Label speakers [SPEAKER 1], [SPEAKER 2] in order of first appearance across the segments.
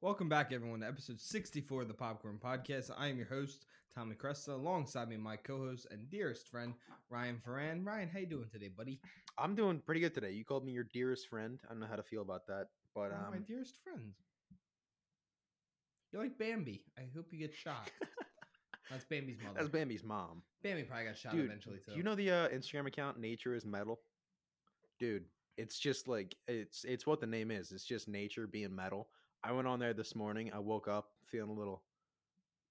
[SPEAKER 1] Welcome back, everyone, to episode 64 of the Popcorn Podcast. I am your host, Tommy Cresta, alongside me, my co-host and dearest friend, Ryan Ferran. Ryan, how you doing today, buddy?
[SPEAKER 2] I'm doing pretty good today. You called me your dearest friend. I don't know how to feel about that,
[SPEAKER 1] One
[SPEAKER 2] but
[SPEAKER 1] of Oh, my
[SPEAKER 2] um,
[SPEAKER 1] dearest friends. You're like Bambi. I hope you get shot. That's Bambi's mother.
[SPEAKER 2] that's Bambi's mom.
[SPEAKER 1] Bambi probably got shot
[SPEAKER 2] Dude,
[SPEAKER 1] eventually, too.
[SPEAKER 2] Do you know the uh, Instagram account Nature is Metal? Dude, it's just like it's it's what the name is. It's just nature being metal. I went on there this morning. I woke up feeling a little,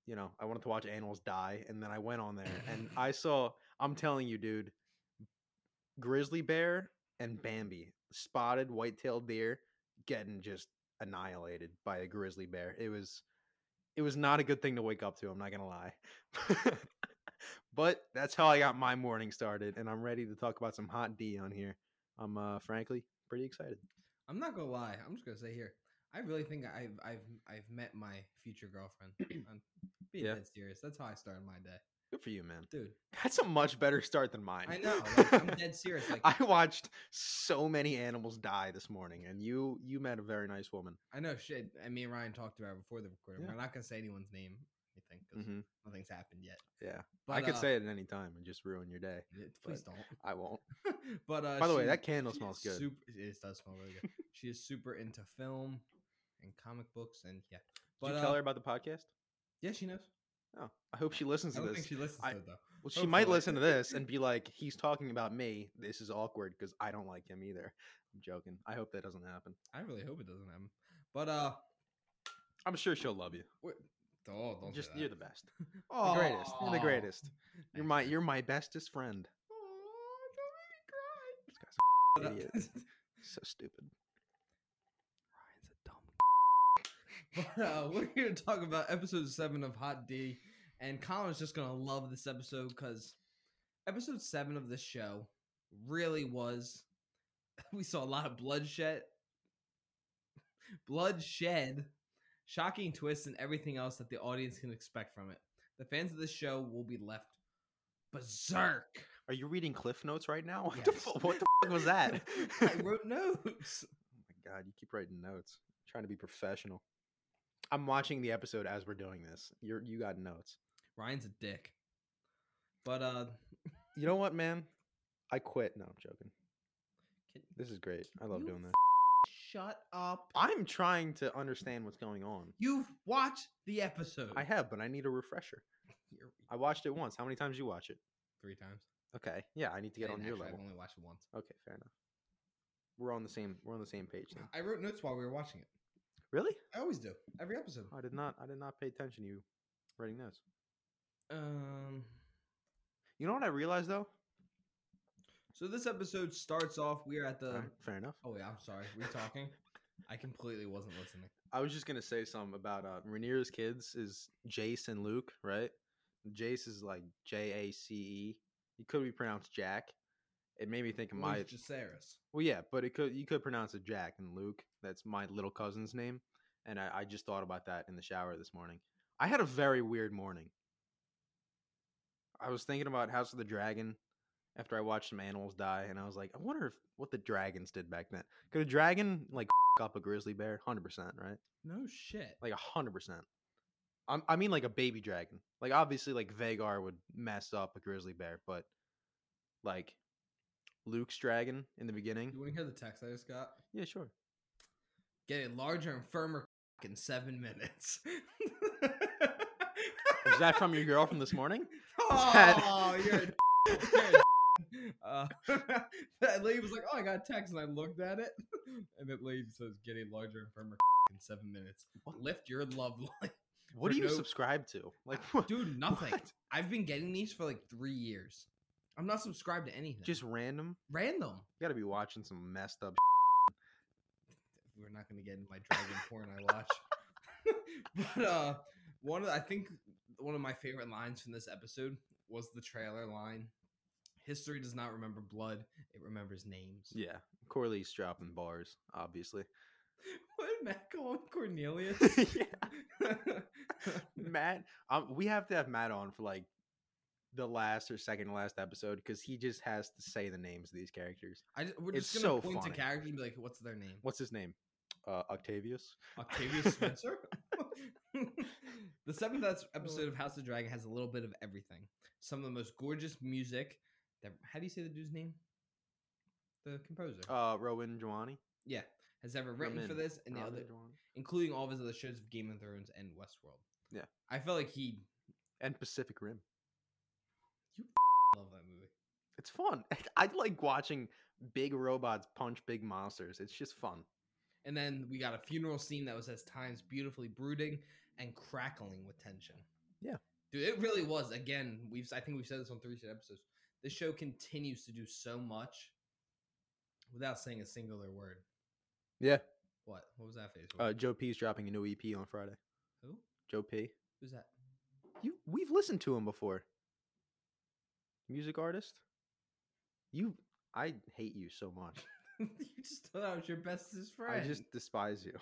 [SPEAKER 2] you know, I wanted to watch animals die, and then I went on there and I saw. I'm telling you, dude, grizzly bear and Bambi, spotted white-tailed deer, getting just annihilated by a grizzly bear. It was, it was not a good thing to wake up to. I'm not gonna lie. but that's how I got my morning started, and I'm ready to talk about some hot D on here. I'm uh, frankly pretty excited.
[SPEAKER 1] I'm not gonna lie. I'm just gonna say here. I really think I've I've I've met my future girlfriend. I'm being
[SPEAKER 2] Yeah.
[SPEAKER 1] dead serious. That's how I started my day,
[SPEAKER 2] Good for you, man.
[SPEAKER 1] dude.
[SPEAKER 2] That's a much better start than mine.
[SPEAKER 1] I know. Like, I'm dead serious. Like I,
[SPEAKER 2] I watched so many animals die this morning, and you you met a very nice woman.
[SPEAKER 1] know shit. And me and Ryan talked about it before the recording.
[SPEAKER 2] Yeah.
[SPEAKER 1] We're not gonna say anyone's name. I think 'cause
[SPEAKER 2] Mhm.
[SPEAKER 1] nothing's happened yet.
[SPEAKER 2] Yeah,
[SPEAKER 1] But,
[SPEAKER 2] I could
[SPEAKER 1] uh,
[SPEAKER 2] say it at any time and just ruin your day.
[SPEAKER 1] yeah, Please
[SPEAKER 2] I won't.
[SPEAKER 1] don't. but uh,
[SPEAKER 2] By the way,
[SPEAKER 1] she-
[SPEAKER 2] that candle
[SPEAKER 1] she
[SPEAKER 2] smells
[SPEAKER 1] is
[SPEAKER 2] good.
[SPEAKER 1] Super, it does smell really good. she is super into film and comic books, and yeah. But
[SPEAKER 2] Did you tell
[SPEAKER 1] uh,
[SPEAKER 2] her about the podcast?
[SPEAKER 1] yeah, she knows.
[SPEAKER 2] Oh, I hope she listens
[SPEAKER 1] I
[SPEAKER 2] to
[SPEAKER 1] don't
[SPEAKER 2] this.
[SPEAKER 1] think she listens
[SPEAKER 2] I-
[SPEAKER 1] to it though.
[SPEAKER 2] well, she might
[SPEAKER 1] hopefully.
[SPEAKER 2] listen to this and be like, "He's talking about me. This is awkward because I don't like him either." I'm joking. I hope that doesn't happen.
[SPEAKER 1] I really hope it doesn't happen. But uh,
[SPEAKER 2] I'm sure she'll love you.
[SPEAKER 1] oh, don't
[SPEAKER 2] Just
[SPEAKER 1] say that.
[SPEAKER 2] you're the best, the greatest, you're the
[SPEAKER 1] Aw.
[SPEAKER 2] greatest. You're
[SPEAKER 1] Thanks,
[SPEAKER 2] my
[SPEAKER 1] man.
[SPEAKER 2] you're my bestest friend.
[SPEAKER 1] Aw, don't make me cry.
[SPEAKER 2] This guy's
[SPEAKER 1] uh,
[SPEAKER 2] idiot. so stupid.
[SPEAKER 1] Ryan's a dumb. but uh, we're here to talk about episode seven of Hot D, and Colin's just gonna love this episode because episode seven of this show really was. We saw a lot of bloodshed, bloodshed, shocking twists, and everything else that the audience can expect from it. The fans of this show will be left berserk.
[SPEAKER 2] Are you reading Cliff Notes right now? What the
[SPEAKER 1] Yes.
[SPEAKER 2] fu- what the fuck was that?
[SPEAKER 1] I wrote notes.
[SPEAKER 2] Oh my god, you keep writing notes. trying to be professional. I'm watching the episode as we're doing this. You're you got notes.
[SPEAKER 1] Ryan's a dick. But uh
[SPEAKER 2] You know what, man? I quit. No, I'm joking.
[SPEAKER 1] can-
[SPEAKER 2] This is great. I love
[SPEAKER 1] You
[SPEAKER 2] doing this.
[SPEAKER 1] shut up.
[SPEAKER 2] I'm trying to understand what's going on.
[SPEAKER 1] You've watched the episode.
[SPEAKER 2] I have, but I need a refresher.
[SPEAKER 1] You're-
[SPEAKER 2] I watched it once. How many times you watch it?
[SPEAKER 1] three times.
[SPEAKER 2] Okay. Yeah, I need to get
[SPEAKER 1] I
[SPEAKER 2] on
[SPEAKER 1] didn't
[SPEAKER 2] your
[SPEAKER 1] actually,
[SPEAKER 2] level.
[SPEAKER 1] I've only watched it once.
[SPEAKER 2] Okay, fair enough. We're on the same we're on the same page then.
[SPEAKER 1] I wrote notes while we were watching it.
[SPEAKER 2] Really?
[SPEAKER 1] I always do. Every episode.
[SPEAKER 2] I did not I did not pay attention to you writing notes.
[SPEAKER 1] Um
[SPEAKER 2] You know what I realized though?
[SPEAKER 1] so this episode starts off we are at the
[SPEAKER 2] All right, fair enough.
[SPEAKER 1] Oh yeah, I'm sorry. We're talking. I completely wasn't listening.
[SPEAKER 2] I was just gonna say something about uh Rainier's kids is Jace and Luke, right? Jace is like J A C E. It could be pronounced Jack. It made me think of my
[SPEAKER 1] Luke Jaceres.
[SPEAKER 2] well, yeah, but it could you could pronounce it Jack and Luke. That's my little cousin's name, and I, I just thought about that in the shower this morning. I had a very weird morning. I was thinking about House of the Dragon after I watched some animals die, and I was like, I wonder if what the dragons did back then. Could a dragon like f- up a grizzly bear? Hundred percent, right?
[SPEAKER 1] No shit.
[SPEAKER 2] like a hundred percent. I'm- I mean, like a baby dragon. Like obviously, like Vagar would mess up a grizzly bear, but like Luke's dragon in the
[SPEAKER 1] you
[SPEAKER 2] beginning.
[SPEAKER 1] wanna hear the text I just got?
[SPEAKER 2] Yeah, sure.
[SPEAKER 1] Get a larger and firmer in seven minutes.
[SPEAKER 2] Is that from your girl from this morning?
[SPEAKER 1] Oh,
[SPEAKER 2] That-
[SPEAKER 1] you're a you're a uh, That lady was like, "Oh, I got a text," and I looked at it, and that lady says, "Getting larger and firmer in seven minutes.
[SPEAKER 2] What?
[SPEAKER 1] Lift your love life,
[SPEAKER 2] What
[SPEAKER 1] For
[SPEAKER 2] do you
[SPEAKER 1] no-
[SPEAKER 2] subscribe to? Like, what?
[SPEAKER 1] dude." Nothing.
[SPEAKER 2] What?
[SPEAKER 1] I've been getting these for like three years. I'm not subscribed to anything.
[SPEAKER 2] just random.
[SPEAKER 1] random.
[SPEAKER 2] You got to be watching some messed up.
[SPEAKER 1] We're not gonna get into my dragon porn I watch, but uh, one of I think one of my favorite lines from this episode was the trailer line. History does not remember blood; it remembers names.
[SPEAKER 2] Yeah, Corley's dropping bars, obviously.
[SPEAKER 1] What did Matt call him Cornelius?
[SPEAKER 2] yeah, Matt. Um, we have to have Matt on for like the last or second to last episode because he just has to say the names of these characters.
[SPEAKER 1] I just, we're
[SPEAKER 2] It's
[SPEAKER 1] just gonna
[SPEAKER 2] so
[SPEAKER 1] point
[SPEAKER 2] funny.
[SPEAKER 1] to characters and be like, "What's their name?"
[SPEAKER 2] What's his name? uh, Octavius.
[SPEAKER 1] Octavius Spencer. the seventh
[SPEAKER 2] Oh.
[SPEAKER 1] es- episode of House of Dragon has a little bit of everything. Some of the most gorgeous music. That how do you say the dude's name? The composer.
[SPEAKER 2] Uh, Rowan Giovanni.
[SPEAKER 1] yeah, has ever written for
[SPEAKER 2] Roman-
[SPEAKER 1] this and the
[SPEAKER 2] Rowan
[SPEAKER 1] other,
[SPEAKER 2] Dwani.
[SPEAKER 1] including all of his other shows of Game of Thrones and Westworld.
[SPEAKER 2] Yeah.
[SPEAKER 1] I felt like he
[SPEAKER 2] and Pacific Rim.
[SPEAKER 1] loved that movie.
[SPEAKER 2] It's fun. I like watching big robots punch big monsters. It's just fun.
[SPEAKER 1] And then we got a funeral scene that was at times beautifully brooding and crackling with tension.
[SPEAKER 2] Yeah.
[SPEAKER 1] Dude, it really was. Again, we've I think we've said this on three straight episodes. This show continues to do so much without saying a singular word.
[SPEAKER 2] Yeah.
[SPEAKER 1] What? What was that face? for?
[SPEAKER 2] Uh, Joe P is dropping a new EP on Friday.
[SPEAKER 1] Who?
[SPEAKER 2] Joe P.
[SPEAKER 1] Who's that?
[SPEAKER 2] You we've listened to him before. Music artist. You I hate you so much.
[SPEAKER 1] you just thought I was your bestest friend.
[SPEAKER 2] I just despise you.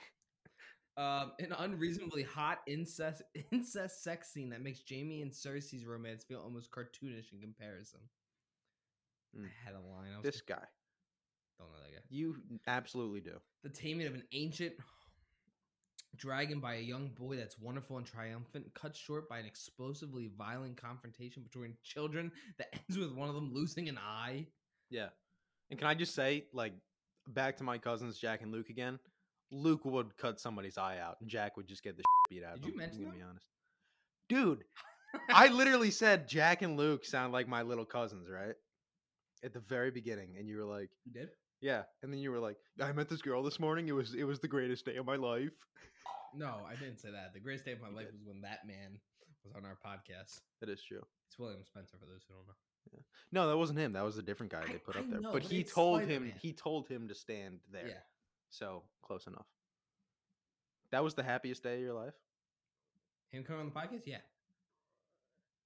[SPEAKER 1] um, an unreasonably hot incest incest sex scene that makes Jamie and Cersei's romance feel almost cartoonish in comparison.
[SPEAKER 2] Mm.
[SPEAKER 1] I had a line. I was
[SPEAKER 2] This
[SPEAKER 1] this...
[SPEAKER 2] guy.
[SPEAKER 1] don't know that guy.
[SPEAKER 2] You absolutely do.
[SPEAKER 1] the taming of an ancient dragon by a young boy that's wonderful and triumphant, cut short by an explosively violent confrontation between children that ends with one of them losing an eye.
[SPEAKER 2] And can I just say, like, back to my cousins Jack and Luke again. Luke would cut somebody's eye out, and Jack would just get the shit beat out. of
[SPEAKER 1] Did you
[SPEAKER 2] him, I'm
[SPEAKER 1] mention
[SPEAKER 2] gonna
[SPEAKER 1] that?
[SPEAKER 2] Be honest, dude. I literally said Jack and Luke sound like my little cousins, right? At the very beginning, and you were like,
[SPEAKER 1] You did?
[SPEAKER 2] "Yeah," and then you were like, "I met this girl this morning. It was it was the greatest day of my life."
[SPEAKER 1] No, I didn't say that. The greatest day of my
[SPEAKER 2] You
[SPEAKER 1] life
[SPEAKER 2] did.
[SPEAKER 1] was when that man was on our podcast.
[SPEAKER 2] That is true.
[SPEAKER 1] It's William Spencer for those who don't know.
[SPEAKER 2] No, that wasn't him. That was a different guy
[SPEAKER 1] I-
[SPEAKER 2] they put
[SPEAKER 1] I
[SPEAKER 2] up there.
[SPEAKER 1] know,
[SPEAKER 2] but
[SPEAKER 1] but
[SPEAKER 2] he
[SPEAKER 1] it's
[SPEAKER 2] told him
[SPEAKER 1] Spider-Man.
[SPEAKER 2] he told him to stand there.
[SPEAKER 1] Yeah.
[SPEAKER 2] So close enough. That was the happiest day of your life.
[SPEAKER 1] Him coming on the podcast? Yeah.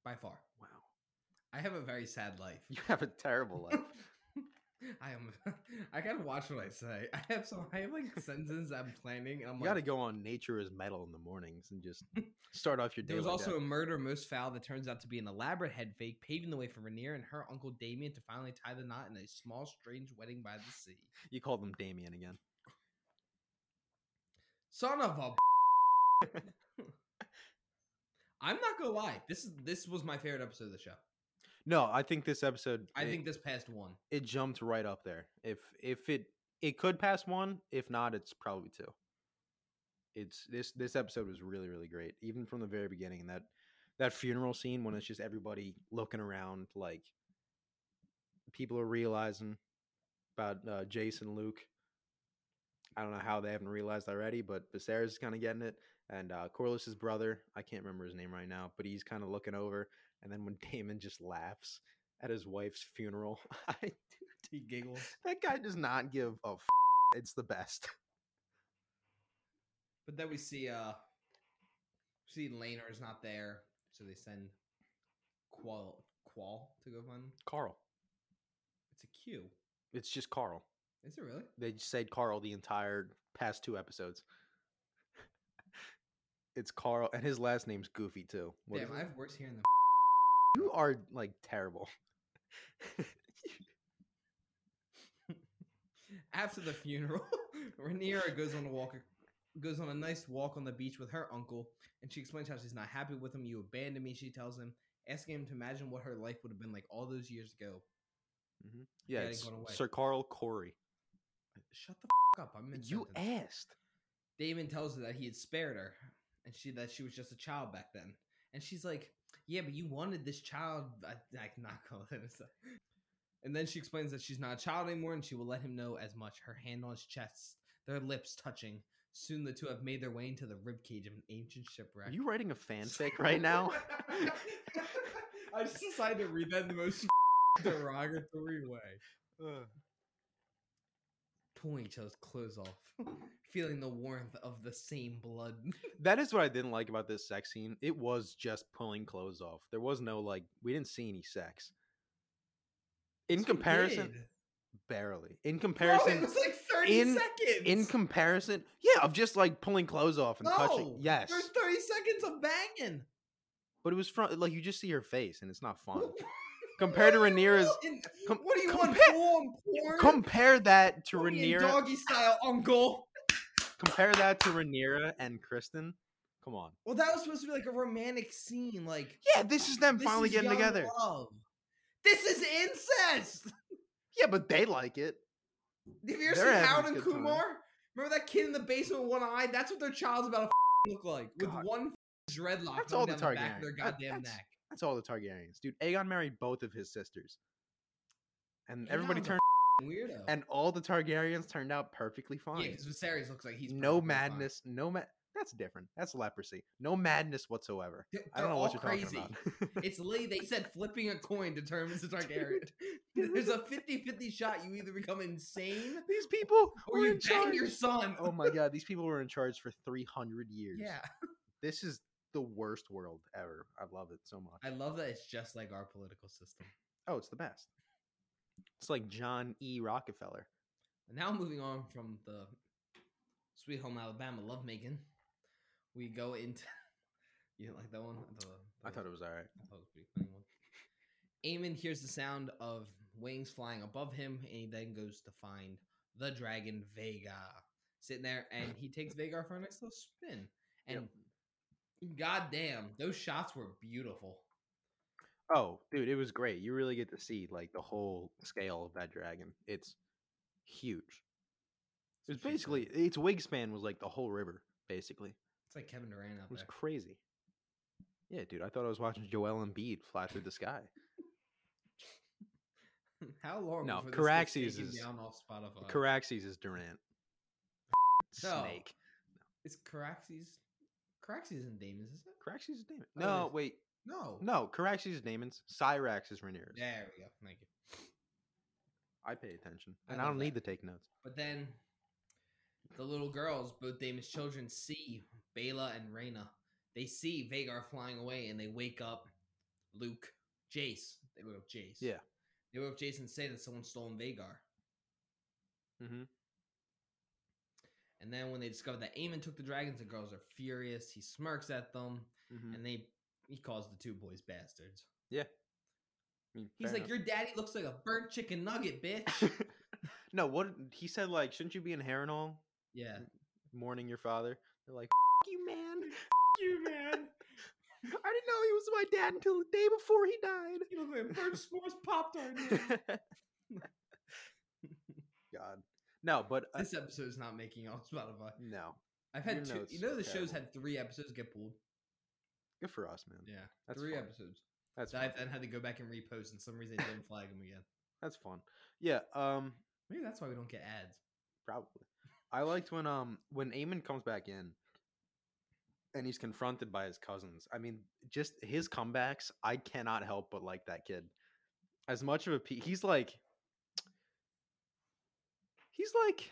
[SPEAKER 1] By far.
[SPEAKER 2] Wow,
[SPEAKER 1] I have a very sad life.
[SPEAKER 2] you have a terrible life.
[SPEAKER 1] I am I gotta watch what I say. I have some I have like sentences I'm planning and I'm
[SPEAKER 2] You
[SPEAKER 1] like
[SPEAKER 2] got to go on Nature is Metal in the mornings and just start off your day.
[SPEAKER 1] There was
[SPEAKER 2] like
[SPEAKER 1] also
[SPEAKER 2] that.
[SPEAKER 1] a murder most foul that turns out to be an elaborate head fake, paving the way for Rainier and her uncle Damien to finally tie the knot in a small, strange wedding by the sea.
[SPEAKER 2] you called them Damien again.
[SPEAKER 1] Son of a. I'm not gonna lie. This is this was my favorite episode of the show.
[SPEAKER 2] No, I think this episode.
[SPEAKER 1] I
[SPEAKER 2] it,
[SPEAKER 1] think this past one.
[SPEAKER 2] it jumped right up there. If if it it could pass one, if not, it's probably two. It's this this episode was really really great, even from the very beginning. And that that funeral scene when it's just everybody looking around, like people are realizing about uh, Jason Luke. I don't know how they haven't realized already, but Viserys is kind of getting it, and uh, Corliss's brother, I can't remember his name right now, but he's kind of looking over, and then when Damon just laughs at his wife's funeral, I
[SPEAKER 1] He giggles.
[SPEAKER 2] that guy does not give a. F- it's the best.
[SPEAKER 1] But then we see uh see Laner is not there, so they send Qual Qual to go find him.
[SPEAKER 2] Carl.
[SPEAKER 1] It's a Q.
[SPEAKER 2] It's just Carl.
[SPEAKER 1] Is it really?
[SPEAKER 2] They just said Carl the entire past two episodes. It's Carl, and his last name's Goofy too. What is
[SPEAKER 1] Damn,
[SPEAKER 2] it?
[SPEAKER 1] I have worse here in the
[SPEAKER 2] you are like terrible.
[SPEAKER 1] After the funeral, Rhaenyra goes on a walk, goes on a nice walk on the beach with her uncle, and she explains how she's not happy with him. You abandoned me, she tells him, asking him to imagine what her life would have been like all those years ago.
[SPEAKER 2] Yeah,
[SPEAKER 1] Yeah, it
[SPEAKER 2] it's
[SPEAKER 1] got away.
[SPEAKER 2] Sir Carl Corey.
[SPEAKER 1] Shut the f- up! I'm in.
[SPEAKER 2] You asked.
[SPEAKER 1] Damon tells her that he had spared her, and she that she was just a child back then, and she's like, "Yeah, but you wanted this child." I, I cannot call it. And then she explains that she's not a child anymore, and she will let him know as much. Her hand on his chest, their lips touching. Soon, the two have made their way into the ribcage of an ancient shipwreck.
[SPEAKER 2] Are you writing a fanfic right now?
[SPEAKER 1] I just decided to read that in the most derogatory way. Uh. Pulling each other's clothes off, feeling the warmth of the same blood.
[SPEAKER 2] That is what I didn't like about this sex scene. It was just pulling clothes off. There was no like we didn't see any sex. In
[SPEAKER 1] You
[SPEAKER 2] comparison,
[SPEAKER 1] did.
[SPEAKER 2] barely.
[SPEAKER 1] Oh,
[SPEAKER 2] In
[SPEAKER 1] it
[SPEAKER 2] comparison,
[SPEAKER 1] was like 30
[SPEAKER 2] in-
[SPEAKER 1] seconds.
[SPEAKER 2] in comparison, yeah, of just like pulling clothes off and touching.
[SPEAKER 1] No,
[SPEAKER 2] Yes,
[SPEAKER 1] There's 30 seconds of banging.
[SPEAKER 2] but it was front like you just see her face and it's not fun. Compared to Rhaenyra's, com-
[SPEAKER 1] what do you want?
[SPEAKER 2] compare-
[SPEAKER 1] Full on porn?
[SPEAKER 2] compare that to
[SPEAKER 1] Fucking
[SPEAKER 2] Rhaenyra.
[SPEAKER 1] Doggy style, uncle.
[SPEAKER 2] compare that to Rhaenyra and Kristen. Come on.
[SPEAKER 1] Well, that was supposed to be like a romantic scene. Like
[SPEAKER 2] Yeah, this is them
[SPEAKER 1] this
[SPEAKER 2] finally
[SPEAKER 1] is
[SPEAKER 2] getting
[SPEAKER 1] young
[SPEAKER 2] together.
[SPEAKER 1] love. This is incest.
[SPEAKER 2] Yeah, but they like it.
[SPEAKER 1] Have you ever
[SPEAKER 2] They're
[SPEAKER 1] seen
[SPEAKER 2] having a
[SPEAKER 1] Howard and
[SPEAKER 2] good time.
[SPEAKER 1] Kumar? Remember that kid in the basement with one eye? That's what their child's about to f***ing look like with
[SPEAKER 2] God.
[SPEAKER 1] one f***ing dreadlock
[SPEAKER 2] That's
[SPEAKER 1] coming
[SPEAKER 2] all the
[SPEAKER 1] down the back
[SPEAKER 2] Targaryen.
[SPEAKER 1] of their
[SPEAKER 2] That-
[SPEAKER 1] goddamn
[SPEAKER 2] that's-
[SPEAKER 1] neck.
[SPEAKER 2] That's all the Targaryens, dude. Aegon married both of his sisters, and
[SPEAKER 1] Aegon's
[SPEAKER 2] everybody
[SPEAKER 1] a
[SPEAKER 2] turned.
[SPEAKER 1] Weirdo.
[SPEAKER 2] And all the Targaryens turned out perfectly fine.
[SPEAKER 1] yeah, because Viserys looks like he's perfectly
[SPEAKER 2] no
[SPEAKER 1] fine.
[SPEAKER 2] madness. No ma- That's different. That's leprosy. No madness whatsoever.
[SPEAKER 1] They're-
[SPEAKER 2] I don't
[SPEAKER 1] they're
[SPEAKER 2] know what
[SPEAKER 1] all
[SPEAKER 2] you're
[SPEAKER 1] crazy.
[SPEAKER 2] talking about.
[SPEAKER 1] It's literally they said flipping a coin determines the Targaryen.
[SPEAKER 2] dude.
[SPEAKER 1] There's a 50-50 shot you either become insane
[SPEAKER 2] These people
[SPEAKER 1] or
[SPEAKER 2] were
[SPEAKER 1] you
[SPEAKER 2] in
[SPEAKER 1] bang your
[SPEAKER 2] charge.
[SPEAKER 1] son.
[SPEAKER 2] oh my god, these people were in charge for 300 years.
[SPEAKER 1] yeah.
[SPEAKER 2] This is the worst world ever. I love it so much.
[SPEAKER 1] I love that it's just like our political system.
[SPEAKER 2] Oh, it's the best. It's like John E. Rockefeller.
[SPEAKER 1] Now moving on from the Sweet Home Alabama lovemaking, we go into. you didn't like that one?
[SPEAKER 2] I thought it was all right.
[SPEAKER 1] I thought it was a pretty funny one. Aemon hears the sound of wings flying above him, and he then goes to find the dragon Vega sitting there, and he takes Vagar for a nice little spin. And
[SPEAKER 2] Yep.
[SPEAKER 1] goddamn, those shots were beautiful.
[SPEAKER 2] Oh, dude, it was great. You really get to see like the whole scale of that dragon. It's huge. It was
[SPEAKER 1] That's what she said.
[SPEAKER 2] basically its wingspan was like the whole river, basically. It
[SPEAKER 1] it's like Kevin Durant out
[SPEAKER 2] was
[SPEAKER 1] there.
[SPEAKER 2] crazy. Yeah, dude, I thought I was watching Joel Embiid fly through the sky.
[SPEAKER 1] How long?
[SPEAKER 2] No,
[SPEAKER 1] before this
[SPEAKER 2] Caraxes
[SPEAKER 1] gets taken
[SPEAKER 2] is-
[SPEAKER 1] down off Spotify.
[SPEAKER 2] Caraxes is Durant.
[SPEAKER 1] No.
[SPEAKER 2] Snake.
[SPEAKER 1] It's Caraxes. Caraxes and Damon's, is it?
[SPEAKER 2] Caraxes is Damon.
[SPEAKER 1] Oh, it
[SPEAKER 2] No,
[SPEAKER 1] is.
[SPEAKER 2] wait.
[SPEAKER 1] No.
[SPEAKER 2] No, Caraxes is Damon's. Cyrax is Rhaenyra's.
[SPEAKER 1] There we go. Thank you.
[SPEAKER 2] I pay attention.
[SPEAKER 1] I
[SPEAKER 2] And I,
[SPEAKER 1] love
[SPEAKER 2] don't
[SPEAKER 1] that.
[SPEAKER 2] need to take notes.
[SPEAKER 1] But then the little girls, both Damon's children, see Bela and Reyna. They see Vagar flying away and they wake up Luke, Jace. They wake up Jace.
[SPEAKER 2] Yeah.
[SPEAKER 1] They wake up Jace and say that someone's stolen Vagar.
[SPEAKER 2] Mm-hmm.
[SPEAKER 1] And then when they discover that Aemon took the dragons, the girls are furious. He smirks at them
[SPEAKER 2] mm-hmm.
[SPEAKER 1] and they he calls the two boys bastards. He's
[SPEAKER 2] Fair
[SPEAKER 1] like,
[SPEAKER 2] enough.
[SPEAKER 1] Your daddy looks like a burnt chicken nugget, bitch.
[SPEAKER 2] no, what he said like, shouldn't you be in Harrenhal
[SPEAKER 1] yeah.
[SPEAKER 2] mourning your father? They're like, F- you man, F- you man. I didn't know he was my dad until the day before he
[SPEAKER 1] You look like burnt s'mores popped on
[SPEAKER 2] died. God, no, but uh,
[SPEAKER 1] This episode's not making it on Spotify.
[SPEAKER 2] no,
[SPEAKER 1] I've
[SPEAKER 2] Your
[SPEAKER 1] had two.
[SPEAKER 2] notes
[SPEAKER 1] You know,
[SPEAKER 2] are
[SPEAKER 1] the show's
[SPEAKER 2] terrible.
[SPEAKER 1] had three episodes get pulled.
[SPEAKER 2] good for us, man.
[SPEAKER 1] Yeah,
[SPEAKER 2] That's
[SPEAKER 1] three
[SPEAKER 2] fun.
[SPEAKER 1] episodes.
[SPEAKER 2] That's
[SPEAKER 1] That I've
[SPEAKER 2] fun.
[SPEAKER 1] then had to go back and repost, and for some reason it didn't flag them again.
[SPEAKER 2] that's fun. Yeah, um,
[SPEAKER 1] Maybe that's why we don't get ads.
[SPEAKER 2] probably. I liked when um when Eamon comes back in and he's confronted by his cousins. I mean, just his comebacks, I cannot help but like that kid. As much of a pe- he's like he's like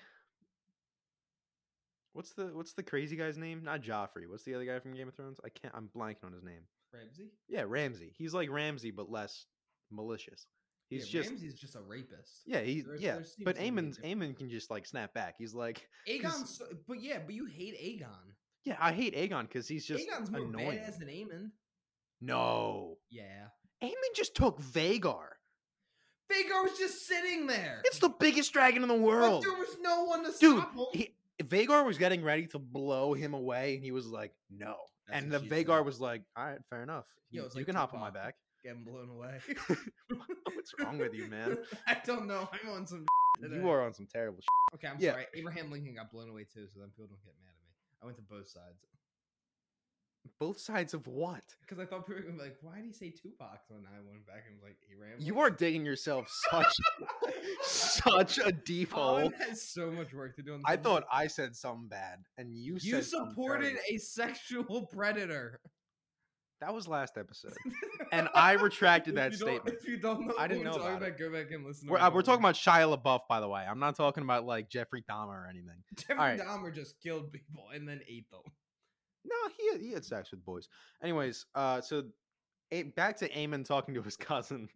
[SPEAKER 2] what's the what's the crazy guy's name? Not Joffrey. What's the other guy from Game of Thrones? I can't I'm blanking on his name.
[SPEAKER 1] Ramsey.
[SPEAKER 2] Yeah, Ramsey. He's like Ramsey but less malicious. He's
[SPEAKER 1] yeah,
[SPEAKER 2] just
[SPEAKER 1] Ramsey's just a rapist.
[SPEAKER 2] yeah, he
[SPEAKER 1] There-
[SPEAKER 2] yeah.
[SPEAKER 1] there seems
[SPEAKER 2] But
[SPEAKER 1] to be a
[SPEAKER 2] Aemon's
[SPEAKER 1] difference.
[SPEAKER 2] Aemon can just like snap back. He's like
[SPEAKER 1] Aegon's, so, but yeah, but you hate Aegon.
[SPEAKER 2] Yeah, I hate Aegon because he's just
[SPEAKER 1] Aegon's more
[SPEAKER 2] annoying.
[SPEAKER 1] badass than Aemon.
[SPEAKER 2] No,
[SPEAKER 1] Yeah,
[SPEAKER 2] Aemon just took Vagar.
[SPEAKER 1] Vagar was just sitting there.
[SPEAKER 2] It's the biggest dragon in the
[SPEAKER 1] but
[SPEAKER 2] world,
[SPEAKER 1] there was no one to
[SPEAKER 2] dude.
[SPEAKER 1] stop him.
[SPEAKER 2] He, Vagar was getting ready to blow him away, and he was like, "No."
[SPEAKER 1] That's
[SPEAKER 2] and the
[SPEAKER 1] what she said.
[SPEAKER 2] Vagar was like, "All right, fair enough.
[SPEAKER 1] Yo,
[SPEAKER 2] You,
[SPEAKER 1] it's
[SPEAKER 2] you
[SPEAKER 1] like
[SPEAKER 2] can hop on my
[SPEAKER 1] Tupac.
[SPEAKER 2] back."
[SPEAKER 1] Getting blown away.
[SPEAKER 2] What's wrong with you, man?
[SPEAKER 1] I don't know. I'm on some. today.
[SPEAKER 2] You are on some terrible. Shit.
[SPEAKER 1] Okay, I'm
[SPEAKER 2] Yeah.
[SPEAKER 1] sorry. Abraham Lincoln got blown away too, so then people don't get mad at me. I went to both sides
[SPEAKER 2] Both sides of what?
[SPEAKER 1] because I thought people were gonna be like, "Why did he say Tupac?" When I went back and was like, "Abraham."
[SPEAKER 2] You are digging yourself such such a deep hole.
[SPEAKER 1] Colin has so much work to do. On this
[SPEAKER 2] I
[SPEAKER 1] episode.
[SPEAKER 2] thought I said something bad, and you
[SPEAKER 1] you,
[SPEAKER 2] said something
[SPEAKER 1] supported
[SPEAKER 2] terrible.
[SPEAKER 1] a sexual predator,
[SPEAKER 2] That was last episode. Uh, and I retracted
[SPEAKER 1] If
[SPEAKER 2] that
[SPEAKER 1] you don't-
[SPEAKER 2] statement.
[SPEAKER 1] If you don't know,
[SPEAKER 2] I didn't
[SPEAKER 1] what we're
[SPEAKER 2] know
[SPEAKER 1] talking
[SPEAKER 2] about it.
[SPEAKER 1] Go back and listen. to
[SPEAKER 2] We're,
[SPEAKER 1] our
[SPEAKER 2] uh, we're talking
[SPEAKER 1] one.
[SPEAKER 2] about Shia LaBeouf, by the way. I'm not talking about like Jeffrey Dahmer or anything.
[SPEAKER 1] Jeffrey
[SPEAKER 2] alright.
[SPEAKER 1] Dahmer just killed people and then ate them.
[SPEAKER 2] No, he had, he had sex with boys. Anyways, uh, so a- back to Eamon talking to his cousin.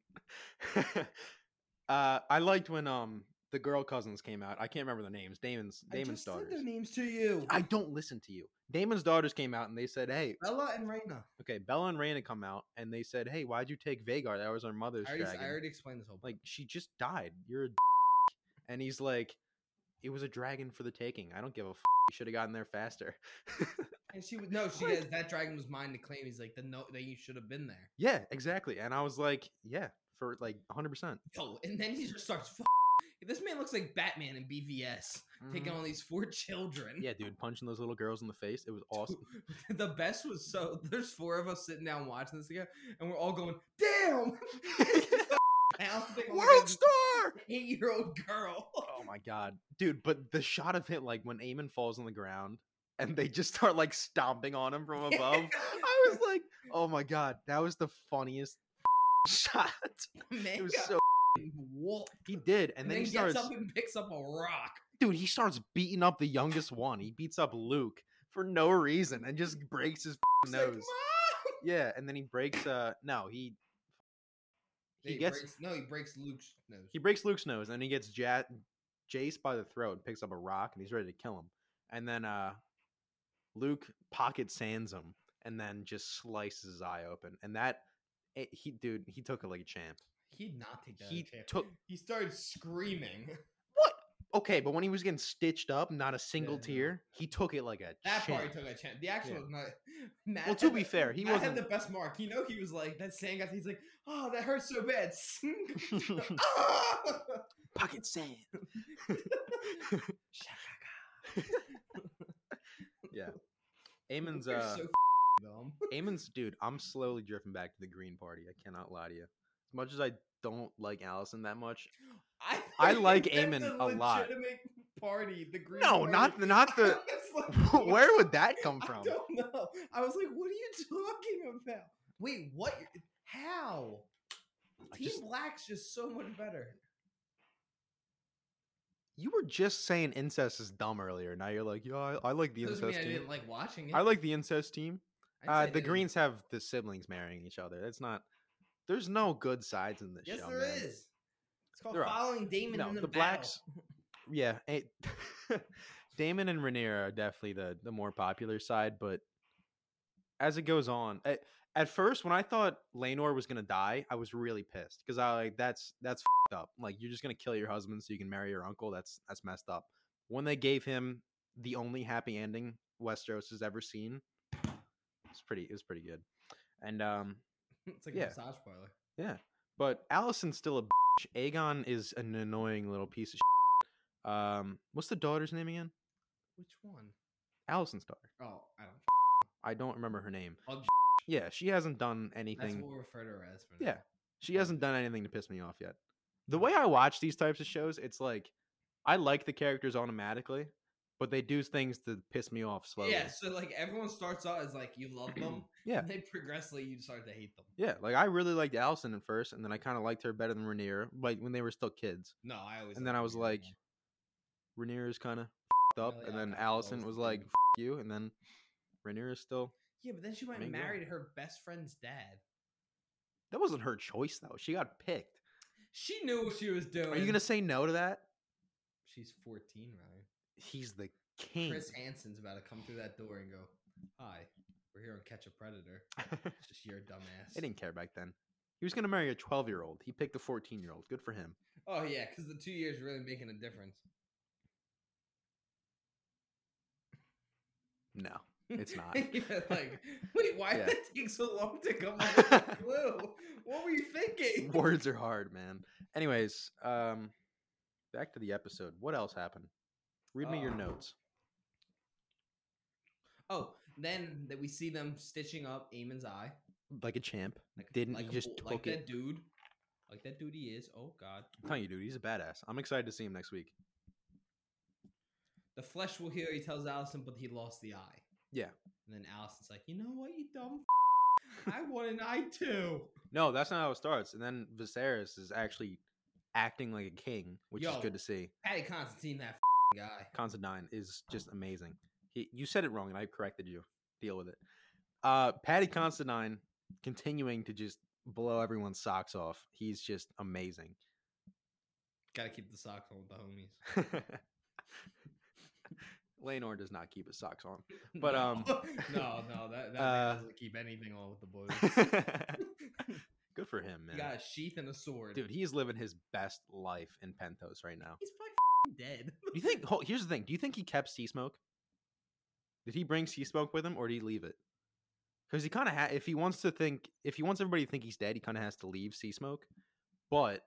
[SPEAKER 2] uh, I liked when um the girl cousins came out. I can't remember their names. Damon's
[SPEAKER 1] I
[SPEAKER 2] Damon's
[SPEAKER 1] just said
[SPEAKER 2] daughters.
[SPEAKER 1] their names to you.
[SPEAKER 2] I don't listen to you. Damon's daughters came out and they said, "Hey,
[SPEAKER 1] Bella and Raina.
[SPEAKER 2] okay, Bella and Raina come out and they said, "Hey, why'd you take Vagar? That was our mother's
[SPEAKER 1] I already,
[SPEAKER 2] dragon."
[SPEAKER 1] I already explained this whole.
[SPEAKER 2] like she just died. You're a d-. and he's like, It was a dragon for the taking. I don't give a. F- you should have gotten there faster.
[SPEAKER 1] And she was no, she
[SPEAKER 2] Like-
[SPEAKER 1] goes, that dragon was mine to claim. He's like, the no that you should have been there.
[SPEAKER 2] yeah, exactly. And I was like, yeah, for like 100. percent
[SPEAKER 1] Yo, and then he just starts f- this man looks like Batman in BVS,
[SPEAKER 2] Mm-hmm.
[SPEAKER 1] taking on these four children.
[SPEAKER 2] Mm. Yeah, dude, punching those little girls in the face. It was awesome.
[SPEAKER 1] the best was so there's four of us sitting down watching this together, and we're all going, damn!
[SPEAKER 2] World star.
[SPEAKER 1] Eight year old girl.
[SPEAKER 2] Oh my god, dude! But the shot of it, like when Eamon falls on the ground and they just start like stomping on him from above. I was like, oh my god, that was the funniest shot. It was so
[SPEAKER 1] Wolf.
[SPEAKER 2] he did, and,
[SPEAKER 1] And
[SPEAKER 2] then,
[SPEAKER 1] then,
[SPEAKER 2] he
[SPEAKER 1] gets
[SPEAKER 2] starts,
[SPEAKER 1] up and picks up a rock.
[SPEAKER 2] dude, he starts beating up the youngest one. He beats up Luke for no reason and just breaks his
[SPEAKER 1] It's like,
[SPEAKER 2] nose. yeah, and then he breaks. Uh, no, he
[SPEAKER 1] "Mom!"
[SPEAKER 2] he gets
[SPEAKER 1] breaks, no, he breaks Luke's nose.
[SPEAKER 2] he breaks Luke's nose, and he gets ja- Jace by the throat and picks up a rock, and he's ready to kill him. And then uh, Luke pocket sands him, and then just slices his eye open. And that it, he, dude, he took it like a champ.
[SPEAKER 1] He did not take that.
[SPEAKER 2] He
[SPEAKER 1] chance.
[SPEAKER 2] took
[SPEAKER 1] He started screaming.
[SPEAKER 2] what? Okay, but when he was getting stitched up, not a single
[SPEAKER 1] Yeah, no.
[SPEAKER 2] tear. He took it like a
[SPEAKER 1] That
[SPEAKER 2] champ.
[SPEAKER 1] part he took a chance. The actual
[SPEAKER 2] Yeah.
[SPEAKER 1] not. Matt
[SPEAKER 2] Well, to
[SPEAKER 1] had
[SPEAKER 2] be
[SPEAKER 1] the-
[SPEAKER 2] fair, he
[SPEAKER 1] Matt
[SPEAKER 2] wasn't.
[SPEAKER 1] had the best mark. You know, he was like that saying. Guy, he's like, "Oh, that hurts so bad." Ah!
[SPEAKER 2] pocket sand. yeah, Eamon's.
[SPEAKER 1] We're
[SPEAKER 2] Uh,
[SPEAKER 1] so dumb.
[SPEAKER 2] Eamon's dude, I'm slowly drifting back to the Green Party. I cannot lie to you. As much as I don't like Allison that much,
[SPEAKER 1] I,
[SPEAKER 2] I like
[SPEAKER 1] think that's
[SPEAKER 2] Eamon a lot.
[SPEAKER 1] legitimate Party, the green.
[SPEAKER 2] no,
[SPEAKER 1] party.
[SPEAKER 2] not the, not the.
[SPEAKER 1] I was like,
[SPEAKER 2] where would that come
[SPEAKER 1] I
[SPEAKER 2] from?
[SPEAKER 1] don't know. I was like, "What are you talking about?" Wait, what? How?
[SPEAKER 2] I
[SPEAKER 1] Team
[SPEAKER 2] just-
[SPEAKER 1] Black's just so much better.
[SPEAKER 2] You were just saying incest is dumb earlier. Now you're like, yeah, I, I like the
[SPEAKER 1] Doesn't mean
[SPEAKER 2] incest
[SPEAKER 1] I
[SPEAKER 2] team.
[SPEAKER 1] didn't like watching it.
[SPEAKER 2] I like the incest team.
[SPEAKER 1] I'd
[SPEAKER 2] Uh,
[SPEAKER 1] say
[SPEAKER 2] the
[SPEAKER 1] it-
[SPEAKER 2] Greens have the siblings marrying each other. That's not. There's no good sides in this
[SPEAKER 1] Yes,
[SPEAKER 2] show.
[SPEAKER 1] there
[SPEAKER 2] man.
[SPEAKER 1] is. It's called
[SPEAKER 2] There are.
[SPEAKER 1] following Damon
[SPEAKER 2] No,
[SPEAKER 1] in the,
[SPEAKER 2] the,
[SPEAKER 1] battle.
[SPEAKER 2] blacks. Yeah, it, Damon and Rhaenyra are definitely the the more popular side, but as it goes on, at, at first when I thought Laenor was gonna die, I was really pissed because I like that's that's fed up. Like you're just gonna kill your husband so you can marry your uncle. That's that's messed up. When they gave him the only happy ending Westeros has ever seen, it's pretty it was pretty good. And um,
[SPEAKER 1] It's like
[SPEAKER 2] Yeah.
[SPEAKER 1] a massage parlor.
[SPEAKER 2] yeah, but Allison's still a bitch. Aegon is an annoying little piece of. Shit. Um, what's the daughter's name again?
[SPEAKER 1] Which one?
[SPEAKER 2] Allison's daughter.
[SPEAKER 1] Oh, I don't.
[SPEAKER 2] I don't remember her name.
[SPEAKER 1] Oh,
[SPEAKER 2] Yeah, she hasn't done
[SPEAKER 1] That's
[SPEAKER 2] anything.
[SPEAKER 1] what we'll refer to her as. For now.
[SPEAKER 2] Yeah, she hasn't done anything to piss me off yet. The way I watch these types of shows, it's like I like the characters automatically, but they do things to piss me off slowly.
[SPEAKER 1] Yeah. So like everyone starts out as like you love them.
[SPEAKER 2] Yeah.
[SPEAKER 1] And they progressively you start to hate them.
[SPEAKER 2] Yeah, like I really liked Allison at first, and then I kind of liked her better than Rhaenyra, like when they were still kids.
[SPEAKER 1] No, I always.
[SPEAKER 2] And then I
[SPEAKER 1] liked
[SPEAKER 2] was
[SPEAKER 1] Rhaenyra
[SPEAKER 2] like,
[SPEAKER 1] more.
[SPEAKER 2] Rhaenyra's kind of
[SPEAKER 1] No,
[SPEAKER 2] up,
[SPEAKER 1] yeah,
[SPEAKER 2] and
[SPEAKER 1] I
[SPEAKER 2] then
[SPEAKER 1] kinda
[SPEAKER 2] Allison
[SPEAKER 1] always
[SPEAKER 2] was
[SPEAKER 1] did.
[SPEAKER 2] like, F- "You," and then Rhaenyra's still.
[SPEAKER 1] yeah, but then she went and
[SPEAKER 2] Main girl.
[SPEAKER 1] married her best friend's dad.
[SPEAKER 2] That wasn't her choice though. She got picked.
[SPEAKER 1] She knew what she was doing.
[SPEAKER 2] Are you gonna say no to that?
[SPEAKER 1] She's fourteen, right?
[SPEAKER 2] He's the king.
[SPEAKER 1] Chris Hansen's about to come through that door and go, "Hi, we're here on Catch a Predator."
[SPEAKER 2] they
[SPEAKER 1] It's just your dumbass.
[SPEAKER 2] didn't care back then. He was gonna marry a twelve-year-old. He picked a fourteen-year-old. Good for him.
[SPEAKER 1] Oh yeah, because the two years really making a difference.
[SPEAKER 2] No, it's not.
[SPEAKER 1] Yeah, like, wait, why
[SPEAKER 2] Yeah.
[SPEAKER 1] did it take so long to come up with a clue? What were you thinking?
[SPEAKER 2] Words are hard, man. Anyways, um, back to the episode. What else happened? Read me your
[SPEAKER 1] Uh,
[SPEAKER 2] notes.
[SPEAKER 1] Oh, then that we see them stitching up Eamon's eye.
[SPEAKER 2] Like a champ.
[SPEAKER 1] Like,
[SPEAKER 2] Didn't he
[SPEAKER 1] a
[SPEAKER 2] just
[SPEAKER 1] bull-
[SPEAKER 2] took
[SPEAKER 1] like that
[SPEAKER 2] it?
[SPEAKER 1] dude? Like that dude he is. Oh God,
[SPEAKER 2] I'm telling you, dude, he's a badass. I'm excited to see him next week.
[SPEAKER 1] the flesh will heal. He tells Allison, but he lost the eye.
[SPEAKER 2] Yeah.
[SPEAKER 1] And then Allison's like, you know what, you dumb. f- I want an eye too.
[SPEAKER 2] No, that's not how it starts. And then Viserys is actually acting like a king, which is
[SPEAKER 1] Yo.
[SPEAKER 2] good to see.
[SPEAKER 1] Patty Constantine, that f- guy.
[SPEAKER 2] Considine is just amazing. He, you said it wrong, and I corrected you. Deal with it. Uh, Patty Considine continuing to just blow everyone's socks off. He's just amazing.
[SPEAKER 1] Gotta keep the socks on with the homies.
[SPEAKER 2] Lanor does not keep his socks on. But,
[SPEAKER 1] No.
[SPEAKER 2] um,
[SPEAKER 1] no, no, that, that
[SPEAKER 2] uh,
[SPEAKER 1] man doesn't keep anything on with the boys.
[SPEAKER 2] good for him,
[SPEAKER 1] He
[SPEAKER 2] man.
[SPEAKER 1] got a sheath and a sword.
[SPEAKER 2] Dude, he is living his best life in Pentos right now.
[SPEAKER 1] he's probably dead.
[SPEAKER 2] You think? hol- Here's the thing. Do you think he kept Sea Smoke? Did he bring Sea Smoke with him, or did he leave it? Because he kind of ha- if he wants to think, if he wants everybody to think he's dead, he kind of has to leave Sea Smoke. But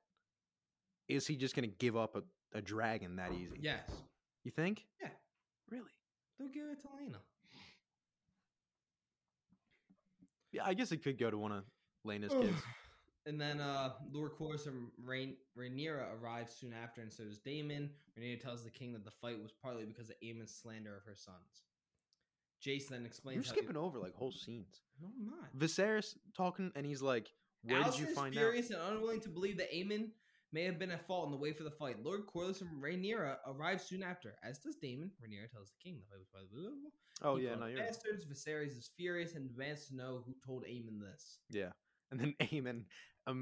[SPEAKER 2] is he just going to give up a, a dragon that easy?
[SPEAKER 1] yes.
[SPEAKER 2] You think?
[SPEAKER 1] Yeah.
[SPEAKER 2] Really?
[SPEAKER 1] They'll give it to Lena.
[SPEAKER 2] Yeah. I guess it could go to one of Lena's kids.
[SPEAKER 1] And then uh Lurcoris and Rain Rhaenyra arrive soon after, and so does Damon. Rhaenyra tells the king that the fight was partly because of Aemon's slander of her sons. Jace then explains.
[SPEAKER 2] You're
[SPEAKER 1] how
[SPEAKER 2] skipping over like whole scenes.
[SPEAKER 1] No, I'm not.
[SPEAKER 2] Viserys talking, and he's like, "Where
[SPEAKER 1] Allison
[SPEAKER 2] did you
[SPEAKER 1] is
[SPEAKER 2] find out?"
[SPEAKER 1] furious and unwilling to believe that Aemon may have been at fault in the way for the fight. Lord Corlys and Rhaenyra arrive soon after, as does Damon. Rhaenyra tells the king the fight was by the
[SPEAKER 2] Oh
[SPEAKER 1] He
[SPEAKER 2] yeah,
[SPEAKER 1] called
[SPEAKER 2] no, you're. right.
[SPEAKER 1] bastards. Viserys is furious and demands to know who told Aemon this.
[SPEAKER 2] Yeah. And then Aemon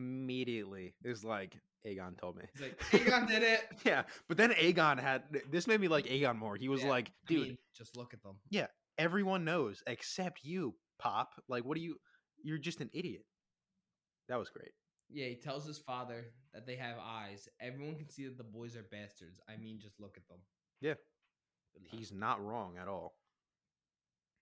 [SPEAKER 2] immediately is like, Aegon told me.
[SPEAKER 1] He's like, Aegon did it.
[SPEAKER 2] Yeah. But then Aegon had this made me like Aegon more. He was
[SPEAKER 1] Yeah,
[SPEAKER 2] like,
[SPEAKER 1] I
[SPEAKER 2] dude,
[SPEAKER 1] mean, just look at them.
[SPEAKER 2] everyone knows except you, Pop. Like, what do you you're just an idiot. That was great.
[SPEAKER 1] Yeah, he tells his father that they have eyes. Everyone can see that the boys are bastards. I mean, just look at them.
[SPEAKER 2] Yeah.
[SPEAKER 1] Good
[SPEAKER 2] He's not wrong at all.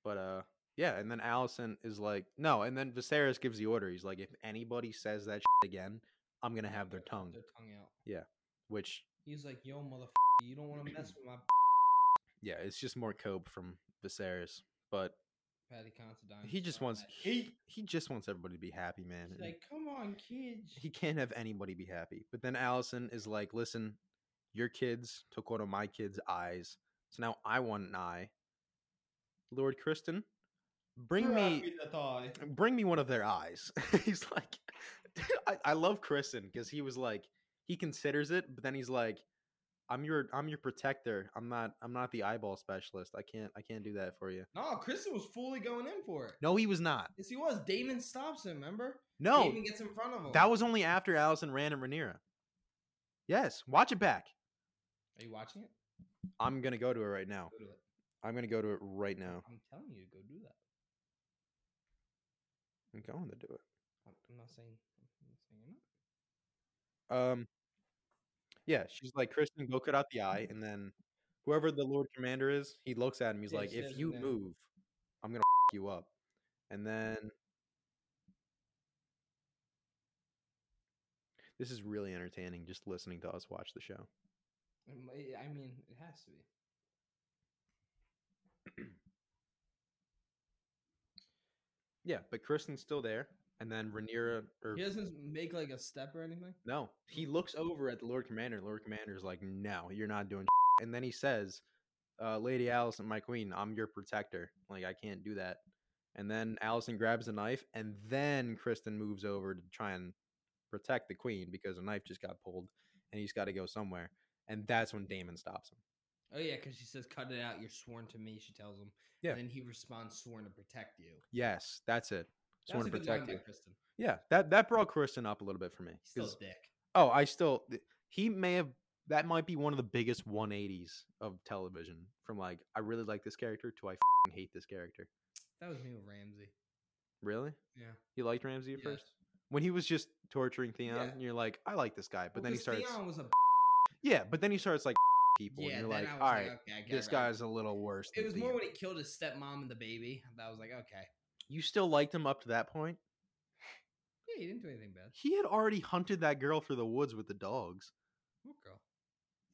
[SPEAKER 2] But uh yeah, and then Allison is like, no, and then Viserys gives the order. He's like, if anybody says that shit again, I'm gonna have their
[SPEAKER 1] Their-
[SPEAKER 2] tongue.
[SPEAKER 1] Their tongue out.
[SPEAKER 2] Which
[SPEAKER 1] He's like, yo, motherfucker, you don't want to mess with my
[SPEAKER 2] yeah, it's just more cope from Viserys. But
[SPEAKER 1] Patty Considine.
[SPEAKER 2] he just
[SPEAKER 1] throwing
[SPEAKER 2] wants
[SPEAKER 1] that
[SPEAKER 2] he he just wants everybody to be happy, man.
[SPEAKER 1] He's
[SPEAKER 2] and-
[SPEAKER 1] like, come on, kids.
[SPEAKER 2] he can't have anybody be happy. But then Allison is like, listen, your kids took one of my kids' eyes. So now I want an eye. Lord Kristen, bring me bring me one of their eyes. he's like I, I love Kristen because he was like, he considers it, but then he's like, I'm your I'm your protector. I'm not I'm not the eyeball specialist. I can't I can't do that for you.
[SPEAKER 1] No, Kristen was fully going in for it.
[SPEAKER 2] No, he was not.
[SPEAKER 1] Yes, he was. Damon stops him, remember?
[SPEAKER 2] No,
[SPEAKER 1] Damon gets in front of him.
[SPEAKER 2] that was only after Allison ran and Rhaenyra. Yes, watch it back.
[SPEAKER 1] Are you watching it?
[SPEAKER 2] I'm gonna go to it right now.
[SPEAKER 1] Go to it.
[SPEAKER 2] I'm gonna go to it right now.
[SPEAKER 1] I'm telling you to go do that.
[SPEAKER 2] I'm going to do it.
[SPEAKER 1] I'm- I'm not saying. I'm not saying I'm not.
[SPEAKER 2] Um, yeah, she's like, Kristen, go cut out the eye, and then whoever the Lord Commander is, he looks at him. He's
[SPEAKER 1] Yeah,
[SPEAKER 2] like,
[SPEAKER 1] she
[SPEAKER 2] if
[SPEAKER 1] doesn't
[SPEAKER 2] you
[SPEAKER 1] know.
[SPEAKER 2] move, I'm gonna you up. And then this is really entertaining. Just listening to us watch the show.
[SPEAKER 1] It might- I mean, it has to be.
[SPEAKER 2] Yeah, but Kristen's still there, and then Rhaenyra or
[SPEAKER 1] He doesn't make like a step or anything.
[SPEAKER 2] No, he looks over at the Lord Commander. and Lord Commander's like, "No, you're not doing." And then he says, uh, "Lady Allison, my queen, I'm your protector. Like, I can't do that." And then Allison grabs a knife, and then Kristen moves over to try and protect the queen because a knife just got pulled, and he's got to go somewhere. And that's when Damon stops him.
[SPEAKER 1] Oh yeah, because she says, "Cut it out. You're sworn to me." She tells him.
[SPEAKER 2] Yeah.
[SPEAKER 1] And then he responds, "Sworn to protect you."
[SPEAKER 2] Yes, that's it.
[SPEAKER 1] That was
[SPEAKER 2] Sworn to
[SPEAKER 1] a good line
[SPEAKER 2] protect
[SPEAKER 1] by
[SPEAKER 2] you.
[SPEAKER 1] Kristen.
[SPEAKER 2] Yeah, that that brought Kristen up a little bit for me.
[SPEAKER 1] He's still
[SPEAKER 2] 'cause-
[SPEAKER 1] a dick.
[SPEAKER 2] Oh, I still. th- He may have. That might be one of the biggest 180s of television. From like, I really like this character to I fing hate this character.
[SPEAKER 1] That was me with Ramsey.
[SPEAKER 2] Really?
[SPEAKER 1] Yeah.
[SPEAKER 2] You liked Ramsey at
[SPEAKER 1] Yes.
[SPEAKER 2] first when he was just torturing Theon.
[SPEAKER 1] Yeah.
[SPEAKER 2] and You're like, I like this guy, but
[SPEAKER 1] Well,
[SPEAKER 2] then he
[SPEAKER 1] 'cause
[SPEAKER 2] starts.
[SPEAKER 1] Theon was a.
[SPEAKER 2] Yeah, but then he starts like people,
[SPEAKER 1] Yeah.
[SPEAKER 2] and you're
[SPEAKER 1] Then
[SPEAKER 2] like,
[SPEAKER 1] I
[SPEAKER 2] all
[SPEAKER 1] was
[SPEAKER 2] right,
[SPEAKER 1] okay, I get
[SPEAKER 2] this
[SPEAKER 1] it.
[SPEAKER 2] guy's a little worse.
[SPEAKER 1] It
[SPEAKER 2] than
[SPEAKER 1] was more
[SPEAKER 2] Theon."
[SPEAKER 1] when he killed his stepmom and the baby. That was like, okay.
[SPEAKER 2] you still liked him up to that point.
[SPEAKER 1] Yeah, he didn't do anything bad.
[SPEAKER 2] He had already hunted that girl through the woods with the dogs.
[SPEAKER 1] What girl?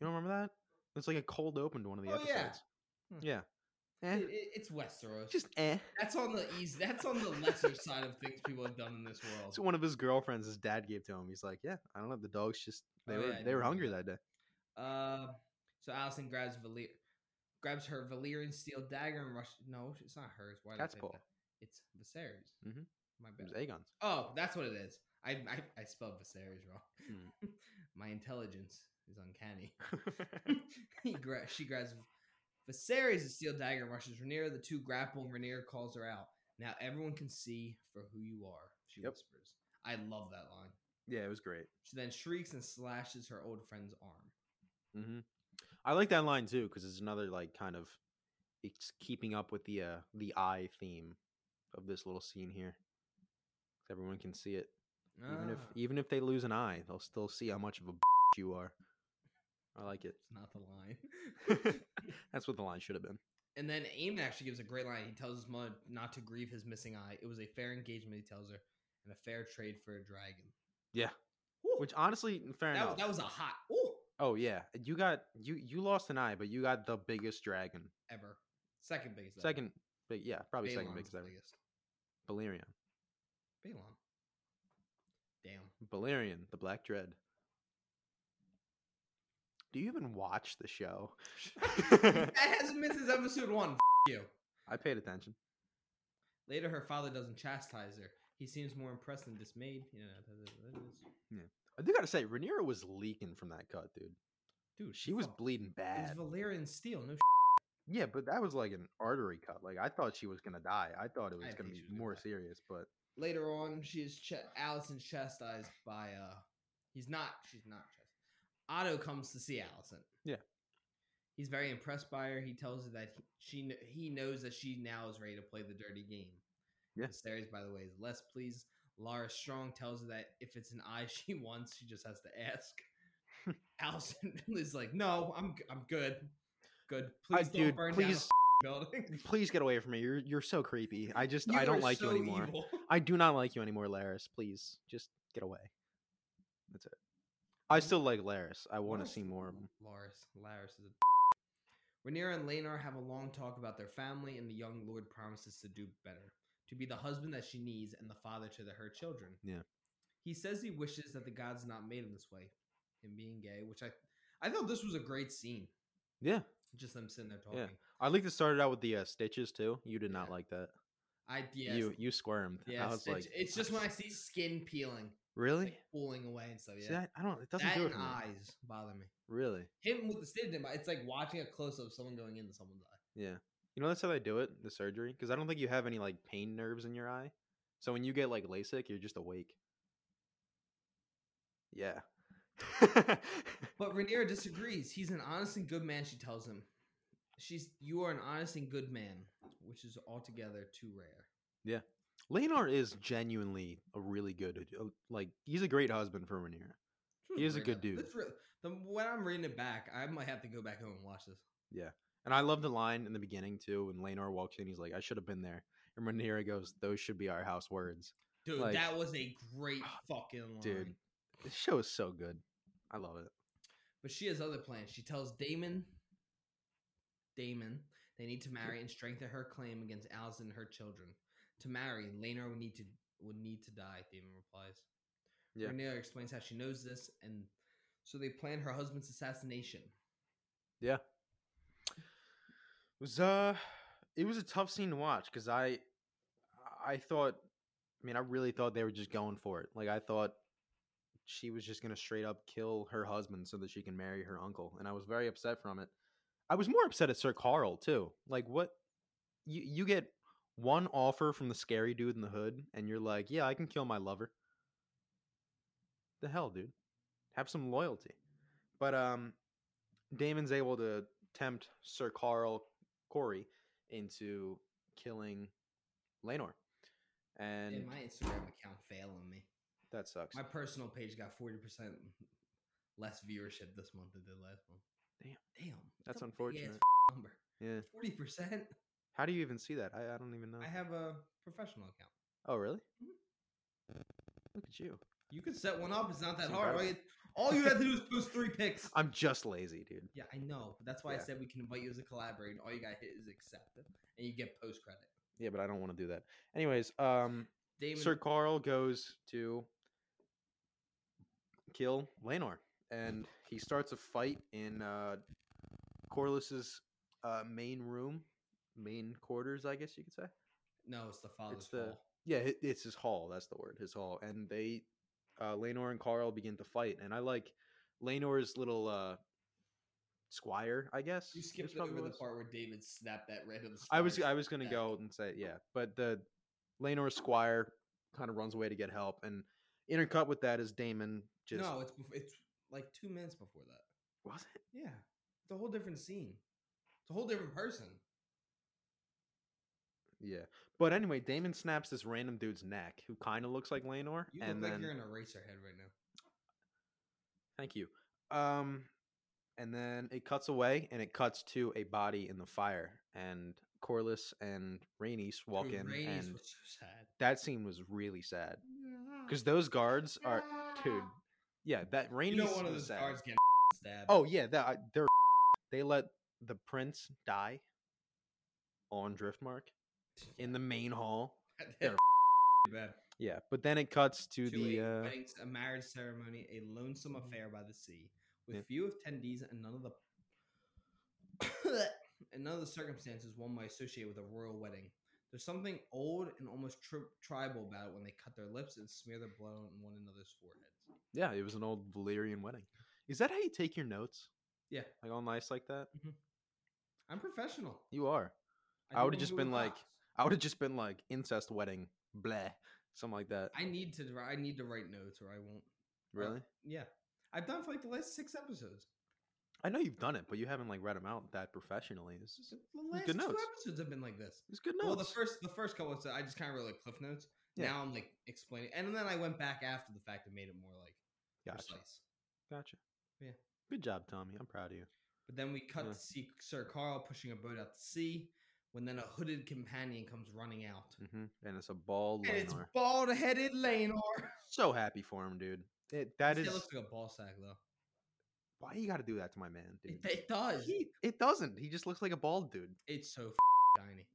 [SPEAKER 2] You don't remember that? It's like a cold open to one of the
[SPEAKER 1] Oh, yeah.
[SPEAKER 2] episodes.
[SPEAKER 1] Hmm.
[SPEAKER 2] Yeah. Eh.
[SPEAKER 1] It, it- it's Westeros.
[SPEAKER 2] Just eh.
[SPEAKER 1] that's on the easy. That's on the lesser side of things people have done in this world.
[SPEAKER 2] It's one of his girlfriends his dad gave to him. He's like, Yeah, I don't know. The dogs just they
[SPEAKER 1] Oh,
[SPEAKER 2] were
[SPEAKER 1] yeah, I
[SPEAKER 2] they
[SPEAKER 1] do
[SPEAKER 2] were
[SPEAKER 1] remember
[SPEAKER 2] hungry
[SPEAKER 1] that.
[SPEAKER 2] that day.
[SPEAKER 1] Uh, so Allison grabs Valir, grabs her Valyrian steel dagger and rushes. No, it's not hers. Why did I
[SPEAKER 2] Cat's
[SPEAKER 1] say
[SPEAKER 2] paw.
[SPEAKER 1] that? It's Viserys.
[SPEAKER 2] Mhm.
[SPEAKER 1] My
[SPEAKER 2] It was
[SPEAKER 1] bad.
[SPEAKER 2] Aegon's.
[SPEAKER 1] Oh, that's what it is. I I, I spelled Viserys wrong.
[SPEAKER 2] Mm.
[SPEAKER 1] My intelligence is uncanny. he gra- she grabs Viserys' steel dagger and rushes Rhaenyra. The two grapple, and Rhaenyra calls her out. Now everyone can see for who you are. She
[SPEAKER 2] Yep.
[SPEAKER 1] whispers. I love that line.
[SPEAKER 2] yeah, it was great.
[SPEAKER 1] She then shrieks and slashes her old friend's arm.
[SPEAKER 2] hmm I like that line too because it's another like kind of it's keeping up with the uh the eye theme of this little scene here. 'Cause Everyone can see it, even if
[SPEAKER 1] Ah.
[SPEAKER 2] even if they lose an eye, they'll still see how much of a you are. I like it.
[SPEAKER 1] It's not the line.
[SPEAKER 2] That's what the line should have been.
[SPEAKER 1] and then Eamon actually gives a great line. He tells his mother not to grieve his missing eye. It was a fair engagement, he tells her, and a fair trade for a dragon.
[SPEAKER 2] Yeah.
[SPEAKER 1] Woo!
[SPEAKER 2] Which honestly, fair
[SPEAKER 1] that,
[SPEAKER 2] enough.
[SPEAKER 1] that was a hot ooh
[SPEAKER 2] oh yeah, you got you you lost an eye, but you got the biggest dragon.
[SPEAKER 1] ever. Second biggest. ever.
[SPEAKER 2] Second, big yeah, probably second
[SPEAKER 1] Balon's
[SPEAKER 2] biggest
[SPEAKER 1] the
[SPEAKER 2] ever.
[SPEAKER 1] biggest.
[SPEAKER 2] Balerion,
[SPEAKER 1] Balon. Damn.
[SPEAKER 2] Balerion, the Black Dread. Do you even watch the show?
[SPEAKER 1] that hasn't been since episode one. F- you.
[SPEAKER 2] I paid attention.
[SPEAKER 1] Later, her father doesn't chastise her. He seems more impressed than dismayed. You know, that- that- that is-
[SPEAKER 2] I do gotta say, Rhaenyra was leaking from that cut, dude.
[SPEAKER 1] dude,
[SPEAKER 2] She was
[SPEAKER 1] fuck-
[SPEAKER 2] bleeding
[SPEAKER 1] It was
[SPEAKER 2] bad.
[SPEAKER 1] Valyrian steel. No,
[SPEAKER 2] Yeah, but that was like an artery cut. Like I thought she was gonna die. I thought it was
[SPEAKER 1] I
[SPEAKER 2] gonna
[SPEAKER 1] think
[SPEAKER 2] be
[SPEAKER 1] she was gonna
[SPEAKER 2] more
[SPEAKER 1] die.
[SPEAKER 2] serious, but
[SPEAKER 1] later on she is ch- allison chastised by uh he's not she's not chastised. otto comes to see allison
[SPEAKER 2] Yeah.
[SPEAKER 1] he's very impressed by her he tells her that he, she kn- he knows that she now is ready to play the dirty game
[SPEAKER 2] Yeah.
[SPEAKER 1] Viserys, by the way is less pleased lara strong tells her that if it's an eye she wants she just has to ask allison is like no i'm g- i'm good good
[SPEAKER 2] I-
[SPEAKER 1] please don't
[SPEAKER 2] dude,
[SPEAKER 1] burn
[SPEAKER 2] please
[SPEAKER 1] down the building
[SPEAKER 2] please get away from me. You're you're so creepy. I just I
[SPEAKER 1] You
[SPEAKER 2] don't
[SPEAKER 1] are
[SPEAKER 2] like
[SPEAKER 1] so
[SPEAKER 2] you anymore.
[SPEAKER 1] evil.
[SPEAKER 2] I do not like you anymore, Laris. Please just get away. That's it. I still like Laris. I want to
[SPEAKER 1] else
[SPEAKER 2] see
[SPEAKER 1] do
[SPEAKER 2] more of him.
[SPEAKER 1] Laris. Laris is a. Rhaenyra and Laenar have a long talk about their family, and the young lord promises to do better, to be the husband that she needs and the father to the, her children.
[SPEAKER 2] Yeah.
[SPEAKER 1] He says he wishes that the gods not made him this way, him being gay. Which I, I thought this was a great scene,
[SPEAKER 2] Yeah,
[SPEAKER 1] just them sitting there talking.
[SPEAKER 2] Yeah. I like to start it out with the uh, stitches too. You did not
[SPEAKER 1] Yeah.
[SPEAKER 2] like that.
[SPEAKER 1] I yes,
[SPEAKER 2] You you squirmed.
[SPEAKER 1] yes.
[SPEAKER 2] I was
[SPEAKER 1] it's,
[SPEAKER 2] like,
[SPEAKER 1] it's just when I see skin peeling,
[SPEAKER 2] really.
[SPEAKER 1] like pulling away and stuff. Yeah,
[SPEAKER 2] See, I, I don't. It doesn't
[SPEAKER 1] that
[SPEAKER 2] do
[SPEAKER 1] and
[SPEAKER 2] it for me.
[SPEAKER 1] eyes bother me.
[SPEAKER 2] Really.
[SPEAKER 1] Him with the stitch, in my- it's like watching a close up of someone going into someone's eye.
[SPEAKER 2] Yeah. You know that's how they do it, the surgery, because I don't think you have any like pain nerves in your eye. So when you get like LASIK, you're just awake. Yeah.
[SPEAKER 1] But Rhaenyra disagrees. He's an honest and good man, she tells him. She's you are an honest and good man, which is altogether too rare.
[SPEAKER 2] Leonard is genuinely a really good, uh, like he's a great husband for Rhaenyra. He is a good dude.
[SPEAKER 1] That's re- the, when I'm reading it back, I might have to go back home and watch this.
[SPEAKER 2] And I love the line in the beginning too when Leonard walks in, he's like, "I should have been there." And Rhaenyra goes, "Those should be our house words."
[SPEAKER 1] Dude,
[SPEAKER 2] Like- Ah,
[SPEAKER 1] that was a great fucking line.
[SPEAKER 2] Dude. This show is so good. I love it.
[SPEAKER 1] But she has other plans. She tells Damon Damon they need to marry and strengthen her claim against Allison and her children. To marry, Laner would need to would need to die, Damon replies.
[SPEAKER 2] Yeah.
[SPEAKER 1] Rhaenyra explains how she knows this, and so they plan her husband's assassination.
[SPEAKER 2] Yeah. It was uh it was a tough scene to watch because I I thought I mean I really thought they were just going for it. Like I thought she was just gonna straight up kill her husband so that she can marry her uncle. And I was very upset from it. I was more upset at Sir Carl too. Like what you you get one offer from the scary dude in the hood and you're like, Yeah, I can kill my lover. The hell, dude. Have some loyalty. But um Damon's able to tempt Sir Carl Corey into killing Lenore. And
[SPEAKER 1] And my Instagram account failing me.
[SPEAKER 2] that sucks.
[SPEAKER 1] My personal page got forty percent less viewership this month than the last one.
[SPEAKER 2] Damn.
[SPEAKER 1] damn,
[SPEAKER 2] That's unfortunate.
[SPEAKER 1] number
[SPEAKER 2] Yeah.
[SPEAKER 1] forty percent.
[SPEAKER 2] How do you even see that? I, I don't even know.
[SPEAKER 1] I have a professional account.
[SPEAKER 2] oh, really?
[SPEAKER 1] Mhm.
[SPEAKER 2] Mm-hmm. Look at you.
[SPEAKER 1] You can set one up. It's not that
[SPEAKER 2] It's
[SPEAKER 1] hard. All you,
[SPEAKER 2] incredible.
[SPEAKER 1] all you have to do is post three pics.
[SPEAKER 2] I'm just lazy, dude.
[SPEAKER 1] yeah, I know. But that's why I
[SPEAKER 2] Yeah.
[SPEAKER 1] said we can invite you as a collaborator. and All you got to hit is accept it, and you get post credit.
[SPEAKER 2] Yeah, but I don't want to do that. Anyways, um,
[SPEAKER 1] Damon,
[SPEAKER 2] Sir Carl goes to kill Lenore, and he starts a fight in uh, Corliss's uh, main room, main quarters, I guess you could say.
[SPEAKER 1] no, it's the father's
[SPEAKER 2] the-
[SPEAKER 1] fault.
[SPEAKER 2] Yeah, it, it's his hall. That's the word, his hall. And they, uh, Lenore and Carl begin to fight. And I like Lenore's little uh, squire, I guess.
[SPEAKER 1] You
[SPEAKER 2] is
[SPEAKER 1] skipped
[SPEAKER 2] probably
[SPEAKER 1] over
[SPEAKER 2] what
[SPEAKER 1] the
[SPEAKER 2] it was.
[SPEAKER 1] part where David snapped that random.
[SPEAKER 2] I was
[SPEAKER 1] squire
[SPEAKER 2] I was gonna
[SPEAKER 1] back.
[SPEAKER 2] go and say yeah, but the Lenore's squire kind of runs away to get help, and intercut with that is Damon. Just
[SPEAKER 1] no, it's bef- it's like two minutes before that.
[SPEAKER 2] was it?
[SPEAKER 1] Yeah, it's a whole different scene. It's a whole different person.
[SPEAKER 2] Yeah, but anyway, Damon snaps this random dude's neck who kind of looks like Lenore,
[SPEAKER 1] You look
[SPEAKER 2] and
[SPEAKER 1] like
[SPEAKER 2] then
[SPEAKER 1] you're in a racer head right now.
[SPEAKER 2] thank you. Um, and then it cuts away and it cuts to a body in the fire and corliss and rainey walk
[SPEAKER 1] Dude,
[SPEAKER 2] in
[SPEAKER 1] Rainey's
[SPEAKER 2] and
[SPEAKER 1] was so sad.
[SPEAKER 2] that scene was really sad because those guards are dude yeah that
[SPEAKER 1] you
[SPEAKER 2] rainey
[SPEAKER 1] know one of
[SPEAKER 2] was
[SPEAKER 1] those
[SPEAKER 2] sad.
[SPEAKER 1] guards getting stabbed.
[SPEAKER 2] oh yeah that I- they're they let the prince die on driftmark in the main hall
[SPEAKER 1] they're
[SPEAKER 2] they're
[SPEAKER 1] bad.
[SPEAKER 2] yeah but then it cuts
[SPEAKER 1] To
[SPEAKER 2] to the
[SPEAKER 1] a,
[SPEAKER 2] uh Mm-hmm.
[SPEAKER 1] wedding c- a marriage ceremony, a lonesome affair by the sea, with
[SPEAKER 2] Yeah.
[SPEAKER 1] few attendees and none of the and none of the circumstances one might associate with a royal wedding. There's something old and almost tri- tribal about it when they cut their lips and smear their blood on one another's foreheads.
[SPEAKER 2] yeah it was an old valyrian wedding is that how you take your notes
[SPEAKER 1] Yeah,
[SPEAKER 2] like all nice like that
[SPEAKER 1] I'm professional.
[SPEAKER 2] you are I
[SPEAKER 1] do
[SPEAKER 2] would've
[SPEAKER 1] on
[SPEAKER 2] just
[SPEAKER 1] Google
[SPEAKER 2] been like-
[SPEAKER 1] Docs.
[SPEAKER 2] I would have just been like incest wedding, bleh, something like that.
[SPEAKER 1] I need to. dri- I need to write notes, or I won't. or-
[SPEAKER 2] really?
[SPEAKER 1] Yeah, I've done for like the last six episodes.
[SPEAKER 2] I know you've done it, but you haven't like read them out that professionally. It's,
[SPEAKER 1] The last
[SPEAKER 2] good
[SPEAKER 1] two
[SPEAKER 2] notes.
[SPEAKER 1] episodes have been like this.
[SPEAKER 2] it's good notes.
[SPEAKER 1] Well, the first the first couple episodes, I just kind of wrote like cliff notes.
[SPEAKER 2] Yeah.
[SPEAKER 1] Now I'm like explaining, and then I went back after the fact and made it more like
[SPEAKER 2] gotcha,
[SPEAKER 1] precise.
[SPEAKER 2] gotcha.
[SPEAKER 1] Yeah.
[SPEAKER 2] good job, Tommy. I'm proud of you.
[SPEAKER 1] But then we cut
[SPEAKER 2] Yeah.
[SPEAKER 1] to see Sir Carl pushing a boat out to sea, when then a hooded companion comes running out,
[SPEAKER 2] hmm And it's a bald
[SPEAKER 1] and it's
[SPEAKER 2] Lanar.
[SPEAKER 1] bald headed Lanor.
[SPEAKER 2] So happy for him, dude. It, that
[SPEAKER 1] His
[SPEAKER 2] is
[SPEAKER 1] head looks like a ball sack though.
[SPEAKER 2] why you got to do that to my man, dude.
[SPEAKER 1] It, it does.
[SPEAKER 2] He, it doesn't. He just looks like a bald dude.
[SPEAKER 1] It's so f- shiny.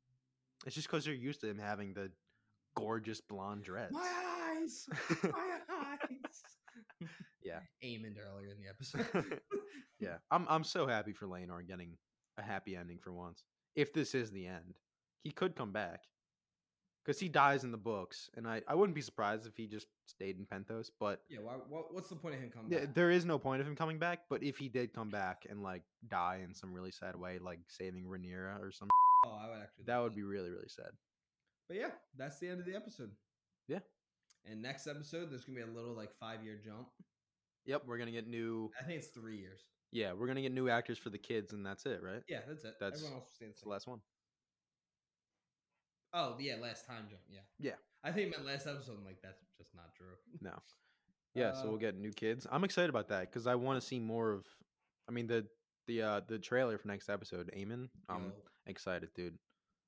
[SPEAKER 2] It's just because you're used to him having the gorgeous blonde dreads.
[SPEAKER 1] My eyes, my eyes.
[SPEAKER 2] Yeah.
[SPEAKER 1] Aimond earlier in the episode.
[SPEAKER 2] yeah, I'm I'm so happy for Lanor getting a happy ending for once. If this is the end, he could come back because he dies in the books, and I I wouldn't be surprised if he just stayed in Penthos. But
[SPEAKER 1] yeah. Why, what, what's the point of him coming?
[SPEAKER 2] th-
[SPEAKER 1] back?
[SPEAKER 2] there is no point of him coming back. But if he did come back and like die in some really sad way, like saving Rhaenyra or something,
[SPEAKER 1] Oh, I would actually.
[SPEAKER 2] that
[SPEAKER 1] love
[SPEAKER 2] would be really really sad.
[SPEAKER 1] But yeah, that's the end of the episode.
[SPEAKER 2] Yeah.
[SPEAKER 1] And next episode, there's gonna be a little like five year jump.
[SPEAKER 2] Yep, we're gonna get new.
[SPEAKER 1] I think it's three years.
[SPEAKER 2] Yeah, we're gonna get new actors for the kids, and that's it, right?
[SPEAKER 1] Yeah, that's it.
[SPEAKER 2] That's-
[SPEAKER 1] Everyone else will stay the
[SPEAKER 2] It's the
[SPEAKER 1] same.
[SPEAKER 2] last one.
[SPEAKER 1] Oh yeah, last time jump. Yeah.
[SPEAKER 2] Yeah.
[SPEAKER 1] I think my last episode. I'm like that's just not true.
[SPEAKER 2] No. Yeah, so
[SPEAKER 1] Uh,
[SPEAKER 2] we'll get new kids. I'm excited about that because I want to see more of. I mean the the uh the trailer for next episode, Eamon. I'm
[SPEAKER 1] Yo,
[SPEAKER 2] excited, dude.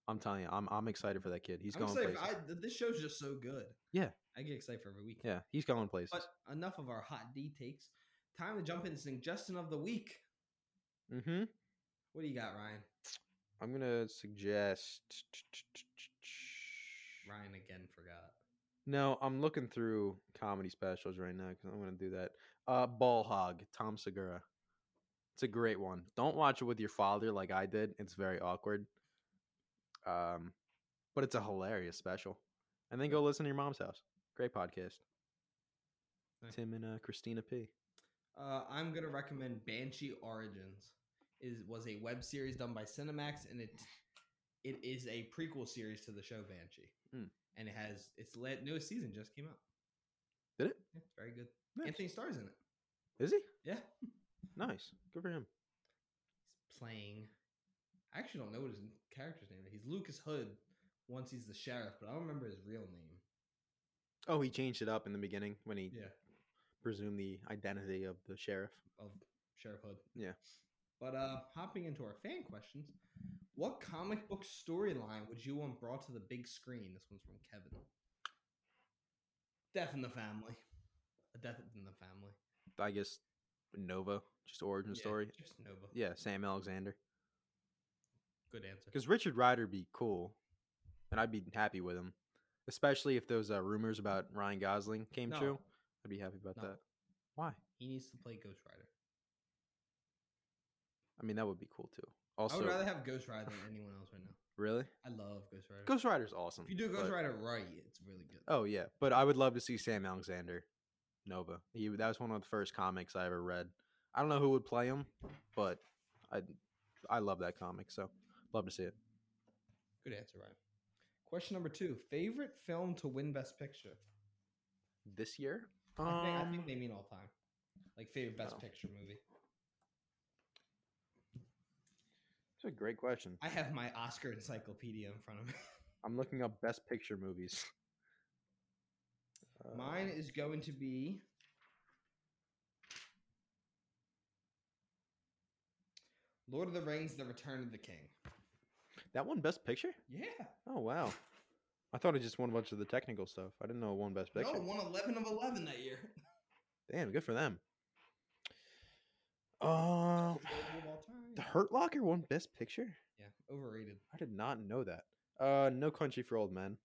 [SPEAKER 2] I'm telling you, I'm I'm excited for that kid. He's
[SPEAKER 1] I'm
[SPEAKER 2] going
[SPEAKER 1] excited
[SPEAKER 2] places.
[SPEAKER 1] for- I, th- this show's just so good.
[SPEAKER 2] Yeah.
[SPEAKER 1] I get excited for every week.
[SPEAKER 2] Yeah, he's going places.
[SPEAKER 1] But enough of our hot D takes. Time to jump into suggestion of the week.
[SPEAKER 2] mm-hmm.
[SPEAKER 1] What do you got, Ryan?
[SPEAKER 2] I'm gonna suggest.
[SPEAKER 1] Ryan again forgot.
[SPEAKER 2] No, I'm looking through comedy specials right now because I'm gonna do that. Uh, Ball Hog, Tom Segura. It's a great one. Don't watch it with your father like I did. It's very awkward. Um, but it's a hilarious special. And then go listen to your mom's house. Great podcast.
[SPEAKER 1] Nice.
[SPEAKER 2] Tim and uh, Christina P.
[SPEAKER 1] Uh, I'm gonna recommend Banshee Origins. Is was a web series done by Cinemax, and it it is a prequel series to the show Banshee,
[SPEAKER 2] Mm.
[SPEAKER 1] and it has its la- newest season just came out.
[SPEAKER 2] Did it?
[SPEAKER 1] Yeah, it's very good.
[SPEAKER 2] Nice.
[SPEAKER 1] Anthony Starr's in it.
[SPEAKER 2] Is he?
[SPEAKER 1] Yeah,
[SPEAKER 2] Nice. Good for him.
[SPEAKER 1] he's playing. I actually don't know what his character's name is. He's Lucas Hood. Once he's the sheriff, but I don't remember his real name.
[SPEAKER 2] Oh, he changed it up in the beginning when he
[SPEAKER 1] Yeah,
[SPEAKER 2] presumed the identity of the sheriff.
[SPEAKER 1] of Sheriff Hood.
[SPEAKER 2] Yeah.
[SPEAKER 1] But uh, hopping into our fan questions, what comic book storyline would you want brought to the big screen? This one's from Kevin. Death in the Family. A Death in the Family.
[SPEAKER 2] I guess Nova, just origin
[SPEAKER 1] Yeah,
[SPEAKER 2] story.
[SPEAKER 1] Just Nova.
[SPEAKER 2] Yeah, Sam Alexander.
[SPEAKER 1] Good answer.
[SPEAKER 2] Because Richard Ryder be cool, and I'd be happy with him, especially if those uh, rumors about Ryan Gosling came
[SPEAKER 1] No.
[SPEAKER 2] true. I'd be happy about
[SPEAKER 1] No.
[SPEAKER 2] that. Why?
[SPEAKER 1] He needs to play Ghost Rider.
[SPEAKER 2] I mean, that would be cool too.
[SPEAKER 1] I
[SPEAKER 2] Also,
[SPEAKER 1] would rather have Ghost Rider than anyone else right now.
[SPEAKER 2] really,
[SPEAKER 1] I love Ghost Rider.
[SPEAKER 2] Ghost Rider's awesome.
[SPEAKER 1] if you do Ghost
[SPEAKER 2] but-
[SPEAKER 1] Rider right, it's really good.
[SPEAKER 2] oh yeah, but I would love to see Sam Alexander, Nova. He that was one of the first comics I ever read. I don't know who would play him, but I I love that comic, so love to see it.
[SPEAKER 1] Good answer, Ryan. Question number two Favorite film to win Best Picture?
[SPEAKER 2] This year,
[SPEAKER 1] I think, I
[SPEAKER 2] Um,
[SPEAKER 1] think they mean all time. Like favorite best
[SPEAKER 2] Oh.
[SPEAKER 1] picture movie.
[SPEAKER 2] it's a great question.
[SPEAKER 1] I have my Oscar encyclopedia in front of me.
[SPEAKER 2] I'm looking up best picture movies. Uh,
[SPEAKER 1] Mine is going to be Lord of the Rings: The Return of the King.
[SPEAKER 2] That one best picture?
[SPEAKER 1] Yeah.
[SPEAKER 2] Oh wow. I thought it just won a bunch of the technical stuff. I didn't know it won best picture.
[SPEAKER 1] No, won eleven of eleven that year.
[SPEAKER 2] Damn, good for them. Um, the Hurt Locker won best picture?
[SPEAKER 1] Yeah, overrated.
[SPEAKER 2] I did not know that. Uh, No Country for Old Men.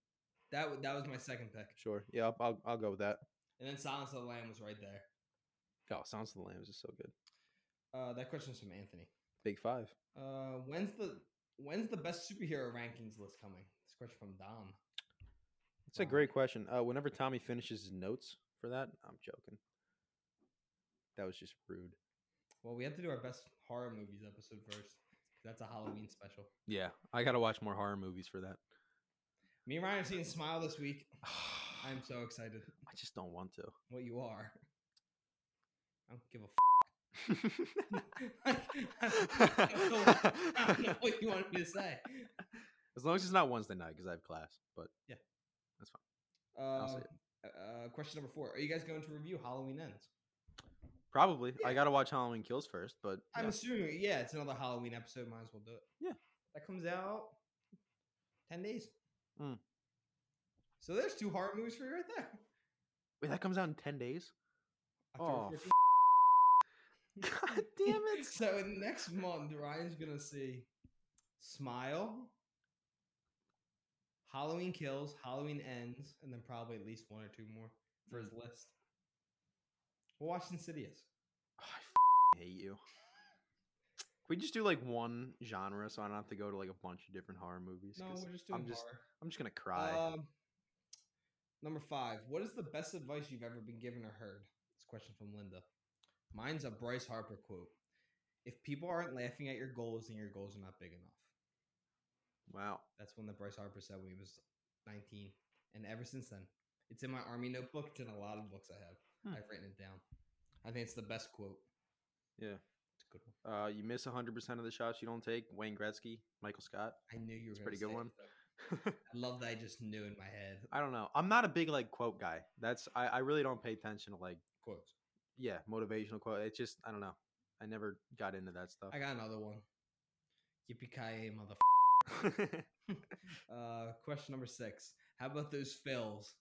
[SPEAKER 1] That wa- that was my second pick,
[SPEAKER 2] Sure. Yeah, I'll, I'll, I'll go with that.
[SPEAKER 1] and then Silence of the Lamb was right there.
[SPEAKER 2] Oh, Sounds of the Lambs is so good.
[SPEAKER 1] Uh, that question's from Anthony.
[SPEAKER 2] Big five.
[SPEAKER 1] Uh, when's the when's the best superhero rankings list coming? This question from Dom.
[SPEAKER 2] That's a
[SPEAKER 1] Wow.
[SPEAKER 2] great question. Uh, whenever Tommy finishes his notes for that, I'm joking. That was just rude.
[SPEAKER 1] Well, we have to do our best horror movies episode first. 'cause That's a Halloween special.
[SPEAKER 2] Yeah, I gotta watch more horror movies for that.
[SPEAKER 1] Me and Ryan are seeing Smile this week.
[SPEAKER 2] i
[SPEAKER 1] I'm so excited.
[SPEAKER 2] just don't want to.
[SPEAKER 1] What you are? I don't give a. F- I don't- I don't know what you wanted me to say.
[SPEAKER 2] as long as it's not Wednesday night because I have class. But
[SPEAKER 1] Uh,
[SPEAKER 2] say it.
[SPEAKER 1] uh, question number four: Are you guys going to review Halloween Ends?
[SPEAKER 2] probably I
[SPEAKER 1] Yeah.
[SPEAKER 2] gotta watch Halloween Kills first. But
[SPEAKER 1] I'm
[SPEAKER 2] yeah.
[SPEAKER 1] assuming, yeah, it's another Halloween episode. Might as well do it.
[SPEAKER 2] Yeah.
[SPEAKER 1] that comes out ten days.
[SPEAKER 2] Mm.
[SPEAKER 1] So there's two horror movies for you right there.
[SPEAKER 2] wait, that comes out in ten days. Oh,
[SPEAKER 1] October 14th.
[SPEAKER 2] God damn it!
[SPEAKER 1] So in next month, Ryan's gonna see Smile, Halloween Kills, Halloween Ends, and then probably at least one or two more for
[SPEAKER 2] Hmm.
[SPEAKER 1] his list. We'll watch Insidious.
[SPEAKER 2] Oh, I f***ing hate you. Can we just do like one genre so I don't have to go to like a bunch of different horror movies?
[SPEAKER 1] No,
[SPEAKER 2] 'Cause
[SPEAKER 1] we're just doing
[SPEAKER 2] I'm just
[SPEAKER 1] horror.
[SPEAKER 2] I'm just gonna cry.
[SPEAKER 1] Um, number five. What is the best advice you've ever been given or heard? This question from Linda. Mine's a Bryce Harper quote. If people aren't laughing at your goals, then your goals are not big enough.
[SPEAKER 2] wow.
[SPEAKER 1] That's one that Bryce Harper said when he was 19. And ever since then, it's in my army notebook. It's in a lot of books I have.
[SPEAKER 2] Hmm.
[SPEAKER 1] I've written it down. I think it's the best quote.
[SPEAKER 2] Yeah.
[SPEAKER 1] It's a good one.
[SPEAKER 2] Uh, you miss 100% of the shots you don't take. Wayne Gretzky, Michael Scott.
[SPEAKER 1] I knew you were
[SPEAKER 2] It's a
[SPEAKER 1] gonna
[SPEAKER 2] pretty good
[SPEAKER 1] say it,
[SPEAKER 2] one.
[SPEAKER 1] though. I love that I just knew in my head
[SPEAKER 2] I don't know. I'm not a big like quote guy. That's I, I really don't pay attention to like
[SPEAKER 1] quotes.
[SPEAKER 2] yeah motivational quote. It's just I don't know. I never got into that stuff.
[SPEAKER 1] I got another one. Yippee ki mother. Uh, question number six. How about those fills?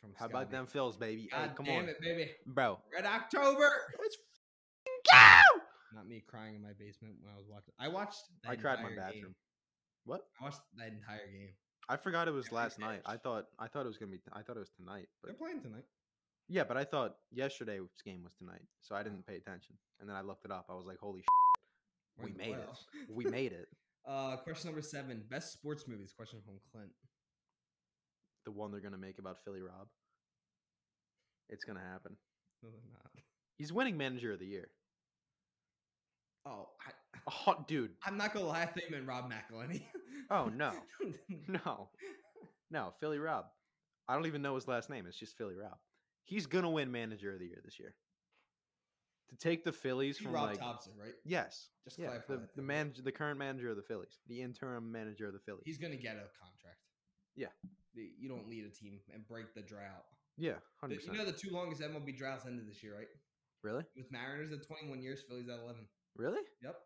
[SPEAKER 1] From
[SPEAKER 2] How about
[SPEAKER 1] Scotty?
[SPEAKER 2] them fills, baby? Hey,
[SPEAKER 1] God
[SPEAKER 2] come
[SPEAKER 1] damn
[SPEAKER 2] on,
[SPEAKER 1] it, baby!
[SPEAKER 2] bro.
[SPEAKER 1] Red October.
[SPEAKER 2] Let's
[SPEAKER 1] Not me crying in my basement when I was watching. I watched. the
[SPEAKER 2] I cried in my
[SPEAKER 1] entire
[SPEAKER 2] bathroom.
[SPEAKER 1] game.
[SPEAKER 2] What?
[SPEAKER 1] I watched that entire game.
[SPEAKER 2] I forgot it was
[SPEAKER 1] Every
[SPEAKER 2] last night. I
[SPEAKER 1] match.
[SPEAKER 2] thought I thought it was gonna be. I thought it was tonight. But
[SPEAKER 1] They're playing tonight.
[SPEAKER 2] Yeah, but I thought yesterday's game was tonight, so I didn't pay attention. And then I looked it up. I was like, "Holy,
[SPEAKER 1] We're
[SPEAKER 2] We
[SPEAKER 1] in the
[SPEAKER 2] made it.
[SPEAKER 1] playoffs.
[SPEAKER 2] sh- we made it!"
[SPEAKER 1] Uh, question number seven. Best sports movies. Question from Clint.
[SPEAKER 2] The one they're gonna make about Philly Rob. It's gonna happen.
[SPEAKER 1] No, they're not.
[SPEAKER 2] He's winning Manager of the Year.
[SPEAKER 1] Oh, I,
[SPEAKER 2] Oh, dude.
[SPEAKER 1] I'm not gonna lie. I think I meant Rob McElhenney.
[SPEAKER 2] Oh, no. No, no, Philly Rob. I don't even know his last name. It's just Philly Rob. He's gonna win Manager of the Year this year. To take the Phillies
[SPEAKER 1] Rob
[SPEAKER 2] from like
[SPEAKER 1] Thompson, right?
[SPEAKER 2] yes,
[SPEAKER 1] Just
[SPEAKER 2] yeah,
[SPEAKER 1] clarify
[SPEAKER 2] the,
[SPEAKER 1] that
[SPEAKER 2] the
[SPEAKER 1] thing.
[SPEAKER 2] manager, the current manager of the Phillies, the interim manager of the Phillies.
[SPEAKER 1] He's gonna get a contract.
[SPEAKER 2] Yeah.
[SPEAKER 1] The- You don't lead a team and break the drought.
[SPEAKER 2] yeah, hundred
[SPEAKER 1] The- you
[SPEAKER 2] percent.
[SPEAKER 1] know the two longest MLB droughts ended this year, right?
[SPEAKER 2] really,
[SPEAKER 1] With Mariners at 21 years, Phillies at 11.
[SPEAKER 2] really
[SPEAKER 1] Yep.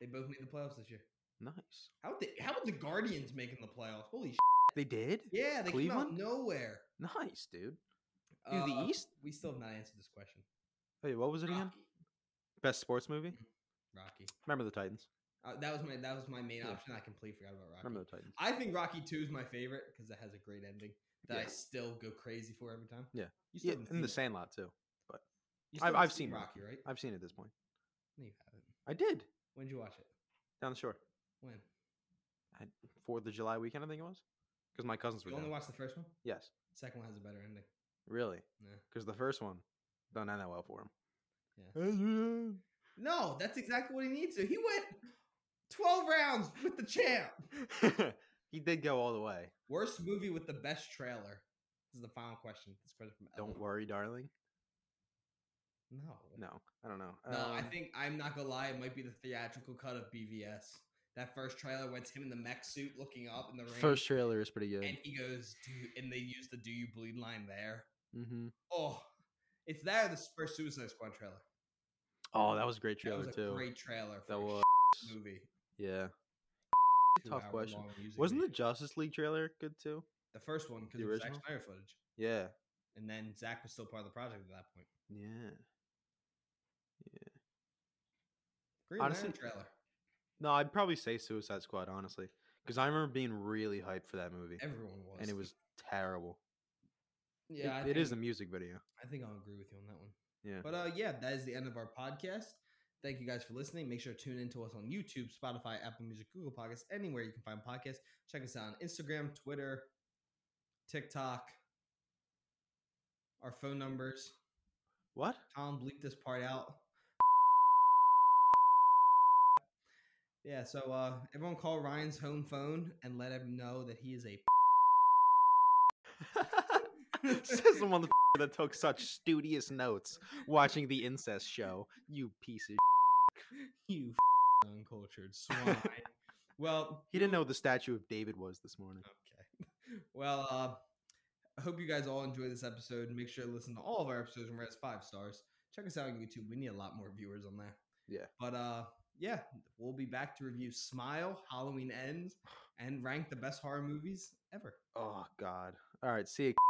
[SPEAKER 1] They both made the playoffs this year.
[SPEAKER 2] nice.
[SPEAKER 1] How did how about the Guardians making the playoffs? Holy shit.
[SPEAKER 2] They did.
[SPEAKER 1] Yeah, they came out of
[SPEAKER 2] Cleveland?
[SPEAKER 1] nowhere.
[SPEAKER 2] Nice, dude. Dude, the
[SPEAKER 1] Uh,
[SPEAKER 2] East.
[SPEAKER 1] We still have not answered this question.
[SPEAKER 2] Wait, what was it again?
[SPEAKER 1] Rocky.
[SPEAKER 2] Best sports movie.
[SPEAKER 1] Rocky.
[SPEAKER 2] Remember the Titans.
[SPEAKER 1] Uh, that was my that was my main
[SPEAKER 2] Yeah.
[SPEAKER 1] option. I completely forgot about Rocky.
[SPEAKER 2] Remember the Titans.
[SPEAKER 1] I think Rocky 2 is my favorite because it has a great ending that I
[SPEAKER 2] Yeah.
[SPEAKER 1] still go crazy for every time.
[SPEAKER 2] Yeah.
[SPEAKER 1] You still
[SPEAKER 2] Yeah,
[SPEAKER 1] haven't
[SPEAKER 2] in the
[SPEAKER 1] seen it.
[SPEAKER 2] Sandlot too.
[SPEAKER 1] You
[SPEAKER 2] I've-
[SPEAKER 1] still haven't
[SPEAKER 2] I've seen
[SPEAKER 1] Rocky, right?
[SPEAKER 2] I've seen it at this point.
[SPEAKER 1] No, you haven't.
[SPEAKER 2] I did
[SPEAKER 1] When did you watch it?
[SPEAKER 2] down the shore.
[SPEAKER 1] When?
[SPEAKER 2] Fourth of July weekend, I think it was, because my cousins were.
[SPEAKER 1] You only
[SPEAKER 2] down.
[SPEAKER 1] watched the first one?
[SPEAKER 2] Yes,
[SPEAKER 1] Second one has a better ending.
[SPEAKER 2] really,
[SPEAKER 1] Nah.
[SPEAKER 2] because the first one done not that well for
[SPEAKER 1] Yeah.
[SPEAKER 2] him.
[SPEAKER 1] No, that's exactly what he needs to. He went 12 rounds with the champ.
[SPEAKER 2] he did go all the way.
[SPEAKER 1] Worst movie with the best trailer. This is the final question. This question from
[SPEAKER 2] Don't
[SPEAKER 1] Ellen.
[SPEAKER 2] worry, darling.
[SPEAKER 1] No.
[SPEAKER 2] No, I don't know.
[SPEAKER 1] No, I
[SPEAKER 2] Um,
[SPEAKER 1] think I'm not gonna lie, it might be the theatrical cut of BVS. That first trailer when it's him in the mech suit looking up in the ring
[SPEAKER 2] first trailer is pretty good.
[SPEAKER 1] and he goes, Do you, and they use the do you bleed line there.
[SPEAKER 2] hmm
[SPEAKER 1] Oh it's there the first Suicide Squad trailer.
[SPEAKER 2] Oh, that was a great trailer
[SPEAKER 1] that was a
[SPEAKER 2] too.
[SPEAKER 1] great trailer for
[SPEAKER 2] that
[SPEAKER 1] a
[SPEAKER 2] was
[SPEAKER 1] movie.
[SPEAKER 2] Yeah.
[SPEAKER 1] Two
[SPEAKER 2] Tough
[SPEAKER 1] hour
[SPEAKER 2] question.
[SPEAKER 1] long music
[SPEAKER 2] Wasn't the
[SPEAKER 1] video.
[SPEAKER 2] Justice League trailer good too?
[SPEAKER 1] the first one because
[SPEAKER 2] the
[SPEAKER 1] it was Zack
[SPEAKER 2] original?
[SPEAKER 1] Snyder footage,
[SPEAKER 2] Yeah.
[SPEAKER 1] and then Zach was still part of the project at that point.
[SPEAKER 2] Yeah.
[SPEAKER 1] Green Lantern
[SPEAKER 2] Honestly-
[SPEAKER 1] trailer.
[SPEAKER 2] No, I'd probably say Suicide Squad, honestly. Because I remember being really hyped for that movie.
[SPEAKER 1] Everyone was,
[SPEAKER 2] and it was terrible.
[SPEAKER 1] yeah.
[SPEAKER 2] It-
[SPEAKER 1] I
[SPEAKER 2] it is a
[SPEAKER 1] think-
[SPEAKER 2] music video.
[SPEAKER 1] I think I'll agree with you on that one.
[SPEAKER 2] Yeah.
[SPEAKER 1] But uh, yeah, that is the end of our podcast. Thank you guys for listening. Make sure to tune in to us on YouTube, Spotify, Apple Music, Google Podcasts, anywhere you can find podcasts. Check us out on Instagram, Twitter, TikTok. Our phone numbers.
[SPEAKER 2] What?
[SPEAKER 1] Tom, bleep this part out. Yeah, so uh, everyone call Ryan's home phone and let him know that he is a.
[SPEAKER 2] Says the motherfucker that took such studious notes watching the incest show. You piece of.
[SPEAKER 1] you uncultured swine. well,
[SPEAKER 2] He didn't know what the statue of David was this morning.
[SPEAKER 1] Okay. Well, uh, I hope you guys all enjoy this episode. Make sure to listen to all of our episodes and rate us five stars. Check us out on YouTube. We need a lot more viewers on that.
[SPEAKER 2] Yeah.
[SPEAKER 1] But uh, yeah, we'll be back to review Smile, Halloween Ends, and rank the best horror movies ever.
[SPEAKER 2] Oh God! All right, see you.